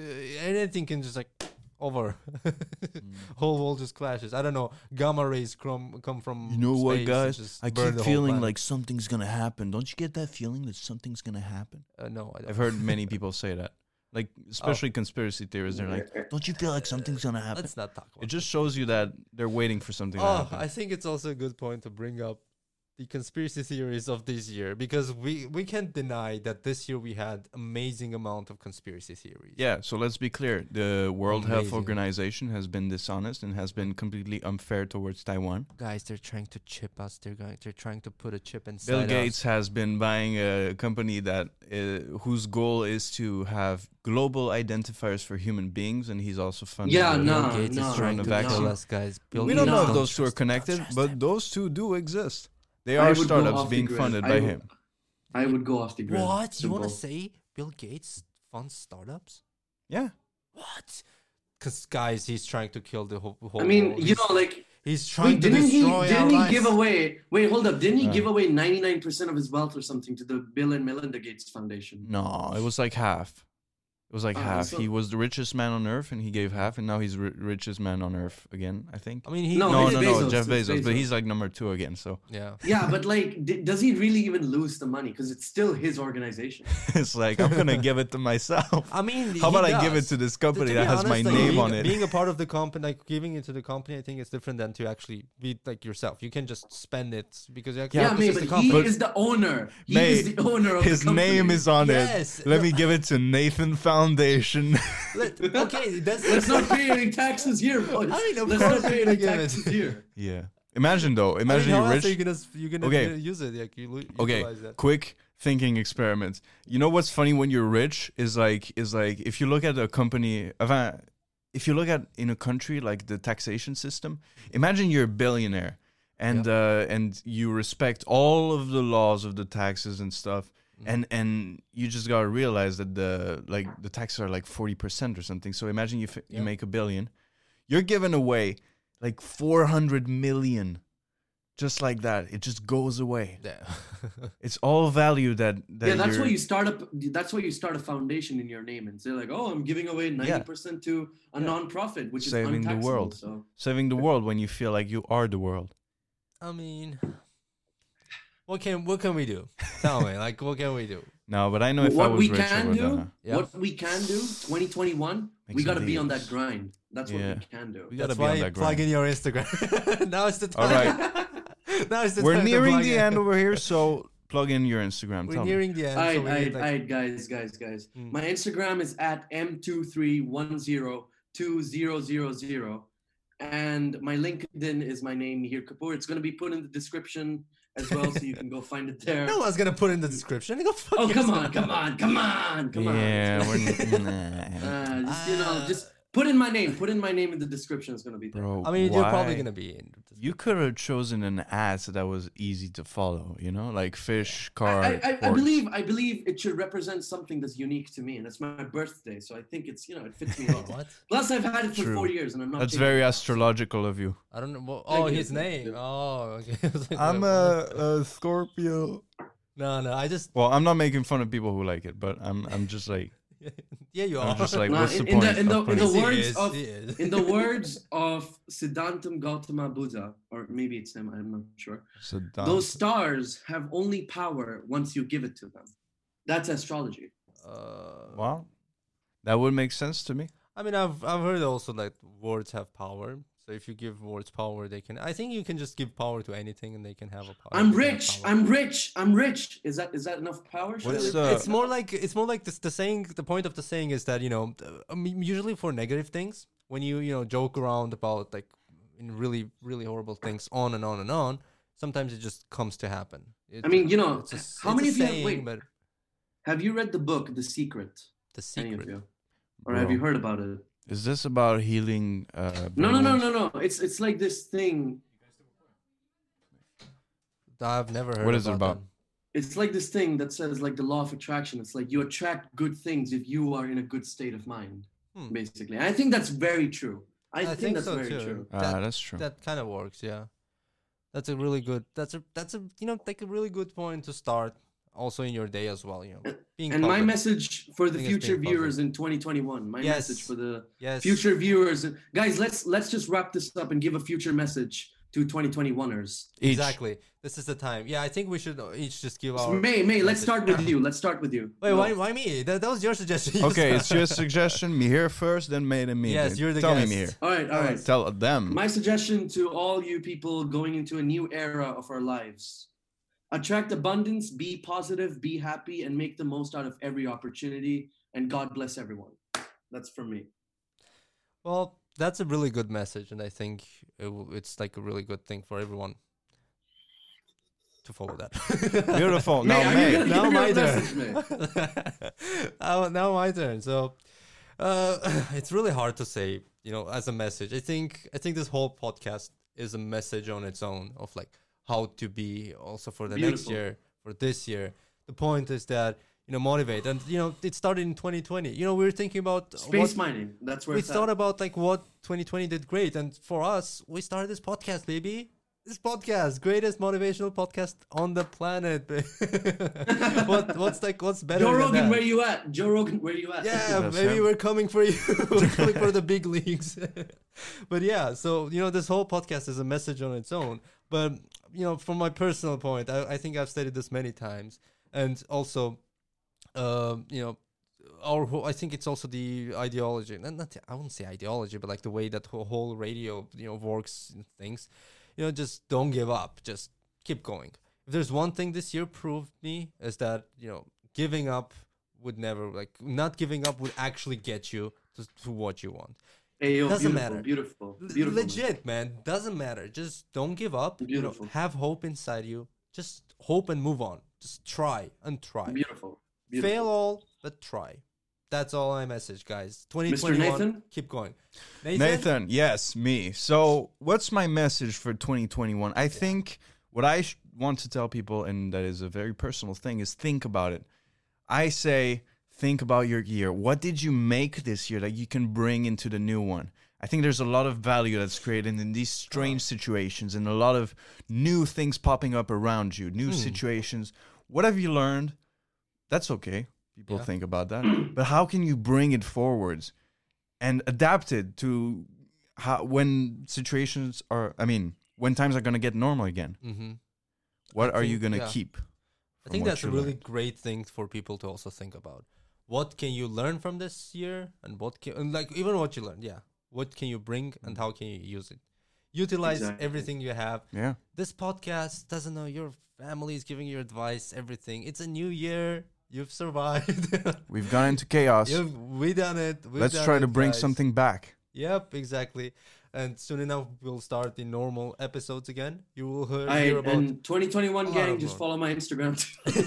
Speaker 1: anything can just like over.
Speaker 3: Mm.
Speaker 1: Whole world just clashes. I don't know. Gamma rays come come from.
Speaker 2: You know
Speaker 1: space
Speaker 2: what,
Speaker 1: and
Speaker 2: guys?
Speaker 1: just
Speaker 2: I
Speaker 1: burn
Speaker 2: keep
Speaker 1: the whole
Speaker 2: feeling
Speaker 1: planet.
Speaker 2: like something's gonna happen. Don't you get that feeling that something's gonna happen?
Speaker 1: Uh, no, I don't.
Speaker 2: I've heard many people say that, like especially conspiracy theorists. They're like, "Don't you feel like something's gonna happen?"
Speaker 1: Let's not talk about.
Speaker 2: It just shows you that they're waiting for something to
Speaker 1: Oh,
Speaker 2: happen.
Speaker 1: I think it's also a good point to bring up the conspiracy theories of this year because we we can't deny that this year we had amazing amount of conspiracy theories.
Speaker 2: yeah. So let's be clear: the World Health
Speaker 1: Amazing.
Speaker 2: Organization has been dishonest and has been completely unfair towards Taiwan.
Speaker 1: Guys, they're trying to chip us. They're going. They're trying to put a chip inside.
Speaker 2: Bill
Speaker 1: us.
Speaker 2: Gates has been buying a company that uh, whose goal is to have global identifiers for human beings, and he's also funding.
Speaker 3: Yeah,
Speaker 2: the-
Speaker 1: Bill
Speaker 3: no,
Speaker 1: Gates
Speaker 3: no,
Speaker 1: is trying
Speaker 2: no.
Speaker 1: to
Speaker 2: Vaccine.
Speaker 1: kill us, guys. Bill
Speaker 2: we
Speaker 1: Gates
Speaker 2: don't know
Speaker 3: No.
Speaker 2: if those two are
Speaker 1: trust-
Speaker 2: connected,
Speaker 1: trust
Speaker 2: but
Speaker 1: him.
Speaker 2: those two do exist. They
Speaker 3: I
Speaker 2: are
Speaker 3: would go
Speaker 2: startups
Speaker 3: off the
Speaker 2: being
Speaker 3: grid.
Speaker 2: funded
Speaker 3: I
Speaker 2: by
Speaker 3: would-
Speaker 2: him.
Speaker 3: I would go off the grid.
Speaker 1: what you want to
Speaker 3: Simple.
Speaker 1: say? Bill Gates funds startups?
Speaker 2: Yeah.
Speaker 1: What? Because guys, he's trying to kill the whole. whole
Speaker 3: I mean,
Speaker 1: world.
Speaker 3: you
Speaker 1: He's-
Speaker 3: know, like,
Speaker 1: he's trying
Speaker 3: wait,
Speaker 1: to
Speaker 3: didn't he
Speaker 1: destroy
Speaker 3: didn't
Speaker 1: our
Speaker 3: he give
Speaker 1: lives.
Speaker 3: away? Wait, hold up! Didn't he
Speaker 2: Uh.
Speaker 3: give away 99% of his wealth or something to the Bill and Melinda Gates Foundation?
Speaker 2: No, it was like half. It was like
Speaker 3: Uh,
Speaker 2: half.
Speaker 3: so-
Speaker 2: he was the richest man on earth, and he gave half, and now he's ri- richest man on earth again. I think.
Speaker 1: I mean, he
Speaker 3: No,
Speaker 2: no,
Speaker 3: it's
Speaker 2: no, no,
Speaker 3: Bezos,
Speaker 2: Jeff
Speaker 3: it's
Speaker 2: Bezos, but
Speaker 3: Bezos.
Speaker 2: he's like number two again. So
Speaker 1: yeah.
Speaker 3: Yeah, but like, d- does he really even lose the money? Because it's still his organization.
Speaker 2: it's like I'm gonna give it to myself.
Speaker 1: I mean,
Speaker 2: How about
Speaker 1: he
Speaker 2: I give it
Speaker 1: does.
Speaker 2: to this
Speaker 1: To- to
Speaker 2: company
Speaker 1: be
Speaker 2: that has my
Speaker 1: honest, like,
Speaker 2: name
Speaker 1: being,
Speaker 2: on it?
Speaker 1: Being a part of the company, like giving it to the company, I think it's different than to actually be like yourself. You can just spend it because you actually
Speaker 3: Yeah,
Speaker 1: it's
Speaker 3: mate,
Speaker 1: the
Speaker 3: but he
Speaker 1: company.
Speaker 3: is the owner. He is
Speaker 2: Mate,
Speaker 3: the owner of
Speaker 2: His
Speaker 3: the company.
Speaker 2: name is on
Speaker 1: Yes,
Speaker 2: it. Let
Speaker 1: no-
Speaker 2: me give it to Nathan Foundation.
Speaker 1: Let- okay, that's
Speaker 3: Let's not pay any taxes here, boys.
Speaker 1: I mean, of
Speaker 3: Let's
Speaker 1: course
Speaker 3: not pay
Speaker 1: we're gonna
Speaker 3: any
Speaker 1: give it.
Speaker 3: taxes here.
Speaker 2: yeah. Imagine though.
Speaker 1: I mean,
Speaker 2: Imagine
Speaker 1: how
Speaker 2: you're
Speaker 1: else
Speaker 2: rich.
Speaker 1: are you gonna you gonna
Speaker 2: Okay.
Speaker 1: uh, use it? Like you lu-
Speaker 2: okay
Speaker 1: utilize that.
Speaker 2: quick thinking experiment you know what's funny when you're rich is like is like if you look at a company avant- if you look at in a country like the taxation system imagine you're a billionaire and uh, and you respect all of the laws of the taxes and stuff
Speaker 1: Mm-hmm.
Speaker 2: and and you just gotta realize that the like the taxes are like 40% or something so imagine you, f-
Speaker 1: Yeah.
Speaker 2: you make a billion you're giving away like 400 million just like that it just goes away
Speaker 1: Yeah.
Speaker 2: it's all value that, that
Speaker 3: yeah, that's
Speaker 2: you're-
Speaker 3: why you start up. That's why you start a foundation in your name and say like, "Oh, I'm giving away ninety percent to a non-profit, which
Speaker 2: Saving
Speaker 3: is
Speaker 2: the
Speaker 3: untaxable."
Speaker 2: world.
Speaker 3: So
Speaker 2: saving the world when you feel like you are the world.
Speaker 1: I mean, what can what can we do? Tell me, like, what can we do?
Speaker 2: No, but I know if I
Speaker 3: what
Speaker 2: was
Speaker 3: we
Speaker 2: rich, I
Speaker 3: can
Speaker 2: would.
Speaker 3: do,
Speaker 2: uh,
Speaker 1: Yeah.
Speaker 3: what we can do, 2021,
Speaker 2: Make
Speaker 3: we
Speaker 2: some
Speaker 3: got to be on
Speaker 2: deals.
Speaker 3: that grind. That's
Speaker 2: Yeah.
Speaker 3: what we can do.
Speaker 2: We gotta
Speaker 1: That's
Speaker 2: be on
Speaker 1: why
Speaker 2: that
Speaker 1: plug
Speaker 2: grind.
Speaker 1: in your Instagram. now is the time.
Speaker 2: All right.
Speaker 1: now is the
Speaker 2: We're
Speaker 1: time to
Speaker 2: nearing
Speaker 1: plug
Speaker 2: the
Speaker 1: in.
Speaker 2: end over here, so plug in your Instagram.
Speaker 1: We're
Speaker 2: Tell me.
Speaker 1: nearing the end.
Speaker 3: All right,
Speaker 1: so
Speaker 3: all
Speaker 1: we
Speaker 3: right,
Speaker 1: need, like,
Speaker 3: all right, guys, guys, guys.
Speaker 2: Hmm.
Speaker 1: Mm.
Speaker 3: My Instagram is at m23102000, and my LinkedIn is my name, Mihir Kapoor. It's gonna be put in the description as well, so you can go find it there.
Speaker 1: No one's gonna put in the description. Go fuck
Speaker 3: uh, oh, come
Speaker 1: yourself.
Speaker 3: on, come on, come on, come on.
Speaker 2: yeah, Ah. we're n- nah.
Speaker 3: Uh, just you know,
Speaker 1: Uh,
Speaker 3: just put in my name. Put in my name in the description. It's gonna be there.
Speaker 2: bro.
Speaker 1: I mean, you're probably
Speaker 2: why?
Speaker 1: gonna be in.
Speaker 2: You could have chosen an ass that was easy to follow. You know, like fish, car.
Speaker 3: I, I, I
Speaker 2: horse.
Speaker 3: believe I believe it should represent something that's unique to me, and it's my birthday, so I think it's you know it fits me a lot.
Speaker 1: What?
Speaker 3: Plus, I've had it for
Speaker 2: True.
Speaker 3: four years, and I'm not.
Speaker 2: That's
Speaker 3: changing
Speaker 2: very
Speaker 3: it.
Speaker 2: astrological of you.
Speaker 1: I don't know. What,
Speaker 3: Thank
Speaker 1: oh,
Speaker 3: you.
Speaker 1: his name. Oh, okay. I was like, what?
Speaker 2: a Scorpio.
Speaker 1: No, no. I just.
Speaker 2: Well, I'm not making fun of people who like it, but I'm I'm just like
Speaker 1: Yeah, you are.
Speaker 2: I'm just like
Speaker 3: Nah,
Speaker 2: what's
Speaker 3: in-
Speaker 2: the
Speaker 3: in the-
Speaker 2: point?
Speaker 3: in
Speaker 2: of
Speaker 3: the- in the
Speaker 2: putting-
Speaker 1: He
Speaker 3: words
Speaker 1: is,
Speaker 3: of-
Speaker 1: he is.
Speaker 3: In the words of Siddhantam Gautama Buddha, or maybe it's him, I'm not sure.
Speaker 2: Siddhanta.
Speaker 3: Those stars have only power once you give it to them. That's astrology.
Speaker 1: Uh,
Speaker 2: Wow. That would make sense to me.
Speaker 1: I mean, I've I've heard also that words have power. So if you give words power, they can. I think you can just give power to anything, and they can have a power.
Speaker 3: I'm
Speaker 1: they can have
Speaker 3: rich.
Speaker 1: power.
Speaker 3: I'm rich. I'm rich. Is that is that enough power? Should I
Speaker 2: What's
Speaker 3: live-
Speaker 2: the-
Speaker 1: it's more like it's more like this, the saying. The point of the saying is that you know, uh, I mean, usually for negative things, when you you know joke around about like in really really horrible things on and on and on, sometimes it just comes to happen. It-
Speaker 3: I mean, you know,
Speaker 1: it's a s-
Speaker 3: how
Speaker 1: it's a
Speaker 3: many of you have-
Speaker 1: saying,
Speaker 3: wait,
Speaker 1: but
Speaker 3: Have you read the book The Secret?
Speaker 1: The
Speaker 3: Any of
Speaker 1: secret.
Speaker 3: you? Or have
Speaker 2: Bro.
Speaker 3: you heard about it?
Speaker 2: Is this about healing? Uh,
Speaker 3: No, no, no,
Speaker 2: brainwash?
Speaker 3: no, no. It's it's like this thing.
Speaker 1: I've never heard.
Speaker 2: What is it about?
Speaker 1: them.
Speaker 3: It's like this thing that says like the law of attraction. It's like you attract good things if you are in a good state of mind,
Speaker 1: Hmm.
Speaker 3: basically. And I think that's very true. I, think, that's very true.
Speaker 2: Ah,
Speaker 1: That-
Speaker 2: that's true.
Speaker 1: that kind of works yeah that's a really good that's a that's a you know like a really good point to start also in your day as well you know being
Speaker 3: And my
Speaker 1: public.
Speaker 3: message for the
Speaker 1: I think it's
Speaker 3: future
Speaker 1: being public.
Speaker 3: viewers in 2021, my
Speaker 1: Yes.
Speaker 3: message for the
Speaker 1: yes
Speaker 3: future viewers, guys, let's let's just wrap this up and give a future message to 2021ers.
Speaker 2: Each.
Speaker 1: exactly this is the time yeah i think we should each just give our
Speaker 3: May, May, let's
Speaker 1: message.
Speaker 3: start with you. Let's start with you.
Speaker 1: wait
Speaker 3: Go.
Speaker 1: why, why me that, that was your suggestion You
Speaker 2: Okay,
Speaker 1: start.
Speaker 2: it's your suggestion. Me here first, then made and me.
Speaker 1: yes you're the
Speaker 2: Tell
Speaker 1: guest.
Speaker 2: me here.
Speaker 3: All right, all right.
Speaker 2: Tell them.
Speaker 3: My suggestion to all you people going into a new era of our lives attract abundance, be positive, be happy, and make the most out of every opportunity. And God bless everyone. That's from me.
Speaker 1: well that's a really good message and i think it, will- it's like a really good thing for everyone to follow that
Speaker 2: Beautiful.
Speaker 3: May,
Speaker 2: Now,
Speaker 3: are you
Speaker 2: May.
Speaker 3: gonna-
Speaker 1: now
Speaker 3: Give
Speaker 1: my
Speaker 3: me a
Speaker 1: turn.
Speaker 3: message, man.
Speaker 1: Uh, now my turn. So uh, it's really hard to say, you know, as a message. I think I think this whole podcast is a message on its own of like how to be also for the next
Speaker 3: Beautiful.
Speaker 1: year, for this year. The point is that you know motivate and you know it started in 2020. You know we were thinking about what,
Speaker 3: Space mining. That's where
Speaker 1: we
Speaker 3: it's
Speaker 1: thought
Speaker 3: at.
Speaker 1: about like what 2020 did great, and for us we started this podcast, baby. This podcast, greatest motivational podcast on the planet. what what's like what's better?
Speaker 3: Joe
Speaker 1: than
Speaker 3: Rogan,
Speaker 1: that?
Speaker 3: where you at? Joe Rogan, where you at?
Speaker 1: Yeah,
Speaker 2: That's
Speaker 1: maybe
Speaker 2: him.
Speaker 1: we're coming for you. we're coming for the big leagues. but yeah, so you know, this whole podcast is a message on its own. But you know, from my personal point, I, I think I've stated this many times, and also, um, you know, our whole, I think it's also the ideology, not, not I wouldn't say ideology, but like the way that whole, whole radio you know works and things. You know, just don't give up. Just keep going. If there's one thing this year proved me is that you know giving up would never like not giving up would actually get you to, to what you want.
Speaker 3: Hey, yo,
Speaker 1: Doesn't
Speaker 3: beautiful,
Speaker 1: matter.
Speaker 3: Beautiful.
Speaker 1: L-
Speaker 3: Beautiful. man.
Speaker 1: legit, man. Doesn't matter. Just don't give up. You know,
Speaker 3: Beautiful.
Speaker 1: have hope inside you. Just hope and move on. Just try and try.
Speaker 3: Beautiful. Beautiful.
Speaker 1: Fail all, but try. That's all I message, guys.
Speaker 3: Mr.
Speaker 1: 2021.
Speaker 3: Nathan?
Speaker 1: Keep going.
Speaker 2: Nathan, yes, me. So, what's my message for 2021? I think what I sh- want to tell people, and that is a very personal thing, is think about it. I say, think about your year. What did you make this year that you can bring into the new one? I think there's a lot of value that's created in these strange situations and a lot of new things popping up around you, new situations. What have you learned? That's okay. People think about that. but how can you bring it forwards? and adapted to how when situations are i mean when times are going to get normal again
Speaker 1: hmm
Speaker 2: what are you
Speaker 1: think-
Speaker 2: going to
Speaker 1: yeah.
Speaker 2: keep
Speaker 1: I
Speaker 2: from
Speaker 1: think
Speaker 2: what
Speaker 1: that's a
Speaker 2: you
Speaker 1: really
Speaker 2: learned?
Speaker 1: great thing for people to also think about. What can you learn from this year, and what can and like even what you learned, yeah. What can you bring, and how can you use it? Utilize
Speaker 3: Mm-hmm. Exactly.
Speaker 1: everything you have.
Speaker 2: yeah
Speaker 1: This podcast doesn't know your family is giving you advice. Everything. It's a new year. You've survived.
Speaker 2: we've gone into chaos
Speaker 1: You've, we done it. We've
Speaker 2: let's
Speaker 1: done
Speaker 2: try to
Speaker 1: it,
Speaker 2: bring
Speaker 1: guys.
Speaker 2: something back
Speaker 1: Yep, exactly. And soon enough, we'll start the normal episodes again. You will hear,
Speaker 3: I,
Speaker 1: hear about.
Speaker 3: and 2021
Speaker 1: lot
Speaker 3: gang,
Speaker 1: of
Speaker 3: just
Speaker 1: work.
Speaker 3: follow my Instagram.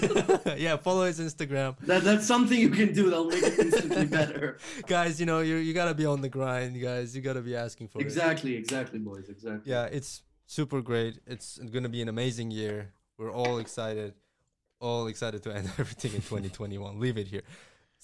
Speaker 1: yeah, follow his Instagram.
Speaker 3: that, that's something you can do that'll make it instantly better.
Speaker 1: guys, you know, you you gotta be on the grind, guys. You gotta be asking for it.
Speaker 3: Exactly, exactly, boys, exactly.
Speaker 1: Yeah, it's super great. It's gonna be an amazing year. We're all excited, all excited to end everything in 2021. Leave it here.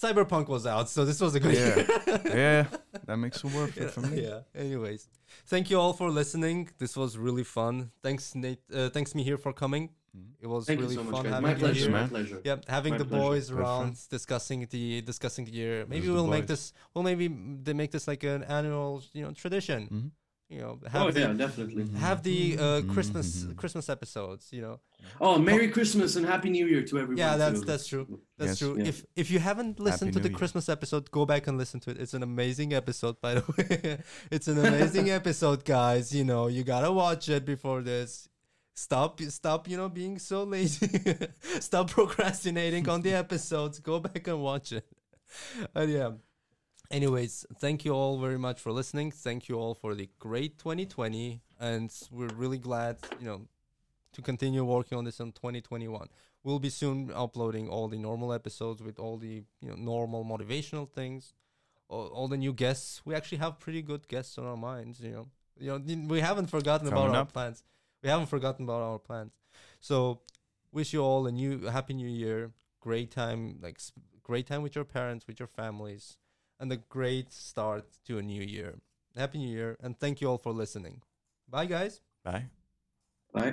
Speaker 1: Cyberpunk was out, so this was a good
Speaker 2: Yeah.
Speaker 1: year.
Speaker 2: yeah that makes it worth it for me
Speaker 1: yeah. Anyways, thank you all for listening. This was really fun. Thanks, Nate. Uh, thanks, me here for coming.
Speaker 2: Mm-hmm.
Speaker 1: It was
Speaker 3: Thank you
Speaker 1: really
Speaker 3: so much,
Speaker 1: fun
Speaker 3: guys.
Speaker 1: having
Speaker 3: My
Speaker 1: you
Speaker 3: pleasure,
Speaker 1: here.
Speaker 3: my
Speaker 2: man.
Speaker 3: pleasure.
Speaker 1: Yeah, having
Speaker 3: My
Speaker 1: the
Speaker 3: pleasure.
Speaker 1: boys
Speaker 2: Pleasure.
Speaker 1: around, discussing the discussing the year. Maybe
Speaker 2: the
Speaker 1: we'll make
Speaker 2: boys.
Speaker 1: this. We'll maybe m- they make this like an annual, you know, tradition.
Speaker 2: Mhm.
Speaker 1: You know,
Speaker 3: Oh,
Speaker 1: have the
Speaker 3: yeah, Mm-hmm. definitely.
Speaker 1: have the uh, Christmas Christmas episodes. You know,
Speaker 3: Oh, Merry Christmas and Happy New Year to everyone.
Speaker 1: yeah, that's
Speaker 3: too.
Speaker 1: that's true. That's
Speaker 2: Yes.
Speaker 1: true.
Speaker 3: Yeah.
Speaker 1: If if you haven't listened
Speaker 2: Happy
Speaker 1: to the
Speaker 2: New Year.
Speaker 1: Christmas episode, go back and listen to it. It's an amazing episode, by the way. it's an amazing episode, guys. You know, you gotta watch it before this. Stop, stop, you know, being so lazy. stop procrastinating on the episodes. Go back and watch it. And yeah. Anyways, thank you all very much for listening. Thank you all for the great 2020, and we're really glad, you know, to continue working on this in 2021. We'll be soon uploading all the normal episodes with all the you know normal motivational things, all, all the new guests. We actually have pretty good guests on our minds. You know, you know n- we haven't forgotten about
Speaker 2: Coming
Speaker 1: our
Speaker 2: up.
Speaker 1: plans. We haven't forgotten about our plans. So wish you all a new happy new year. Great time, like s- great time with your parents, with your families, and a great start to a new year. Happy New Year, and thank you all for listening. Bye, guys.
Speaker 2: Bye.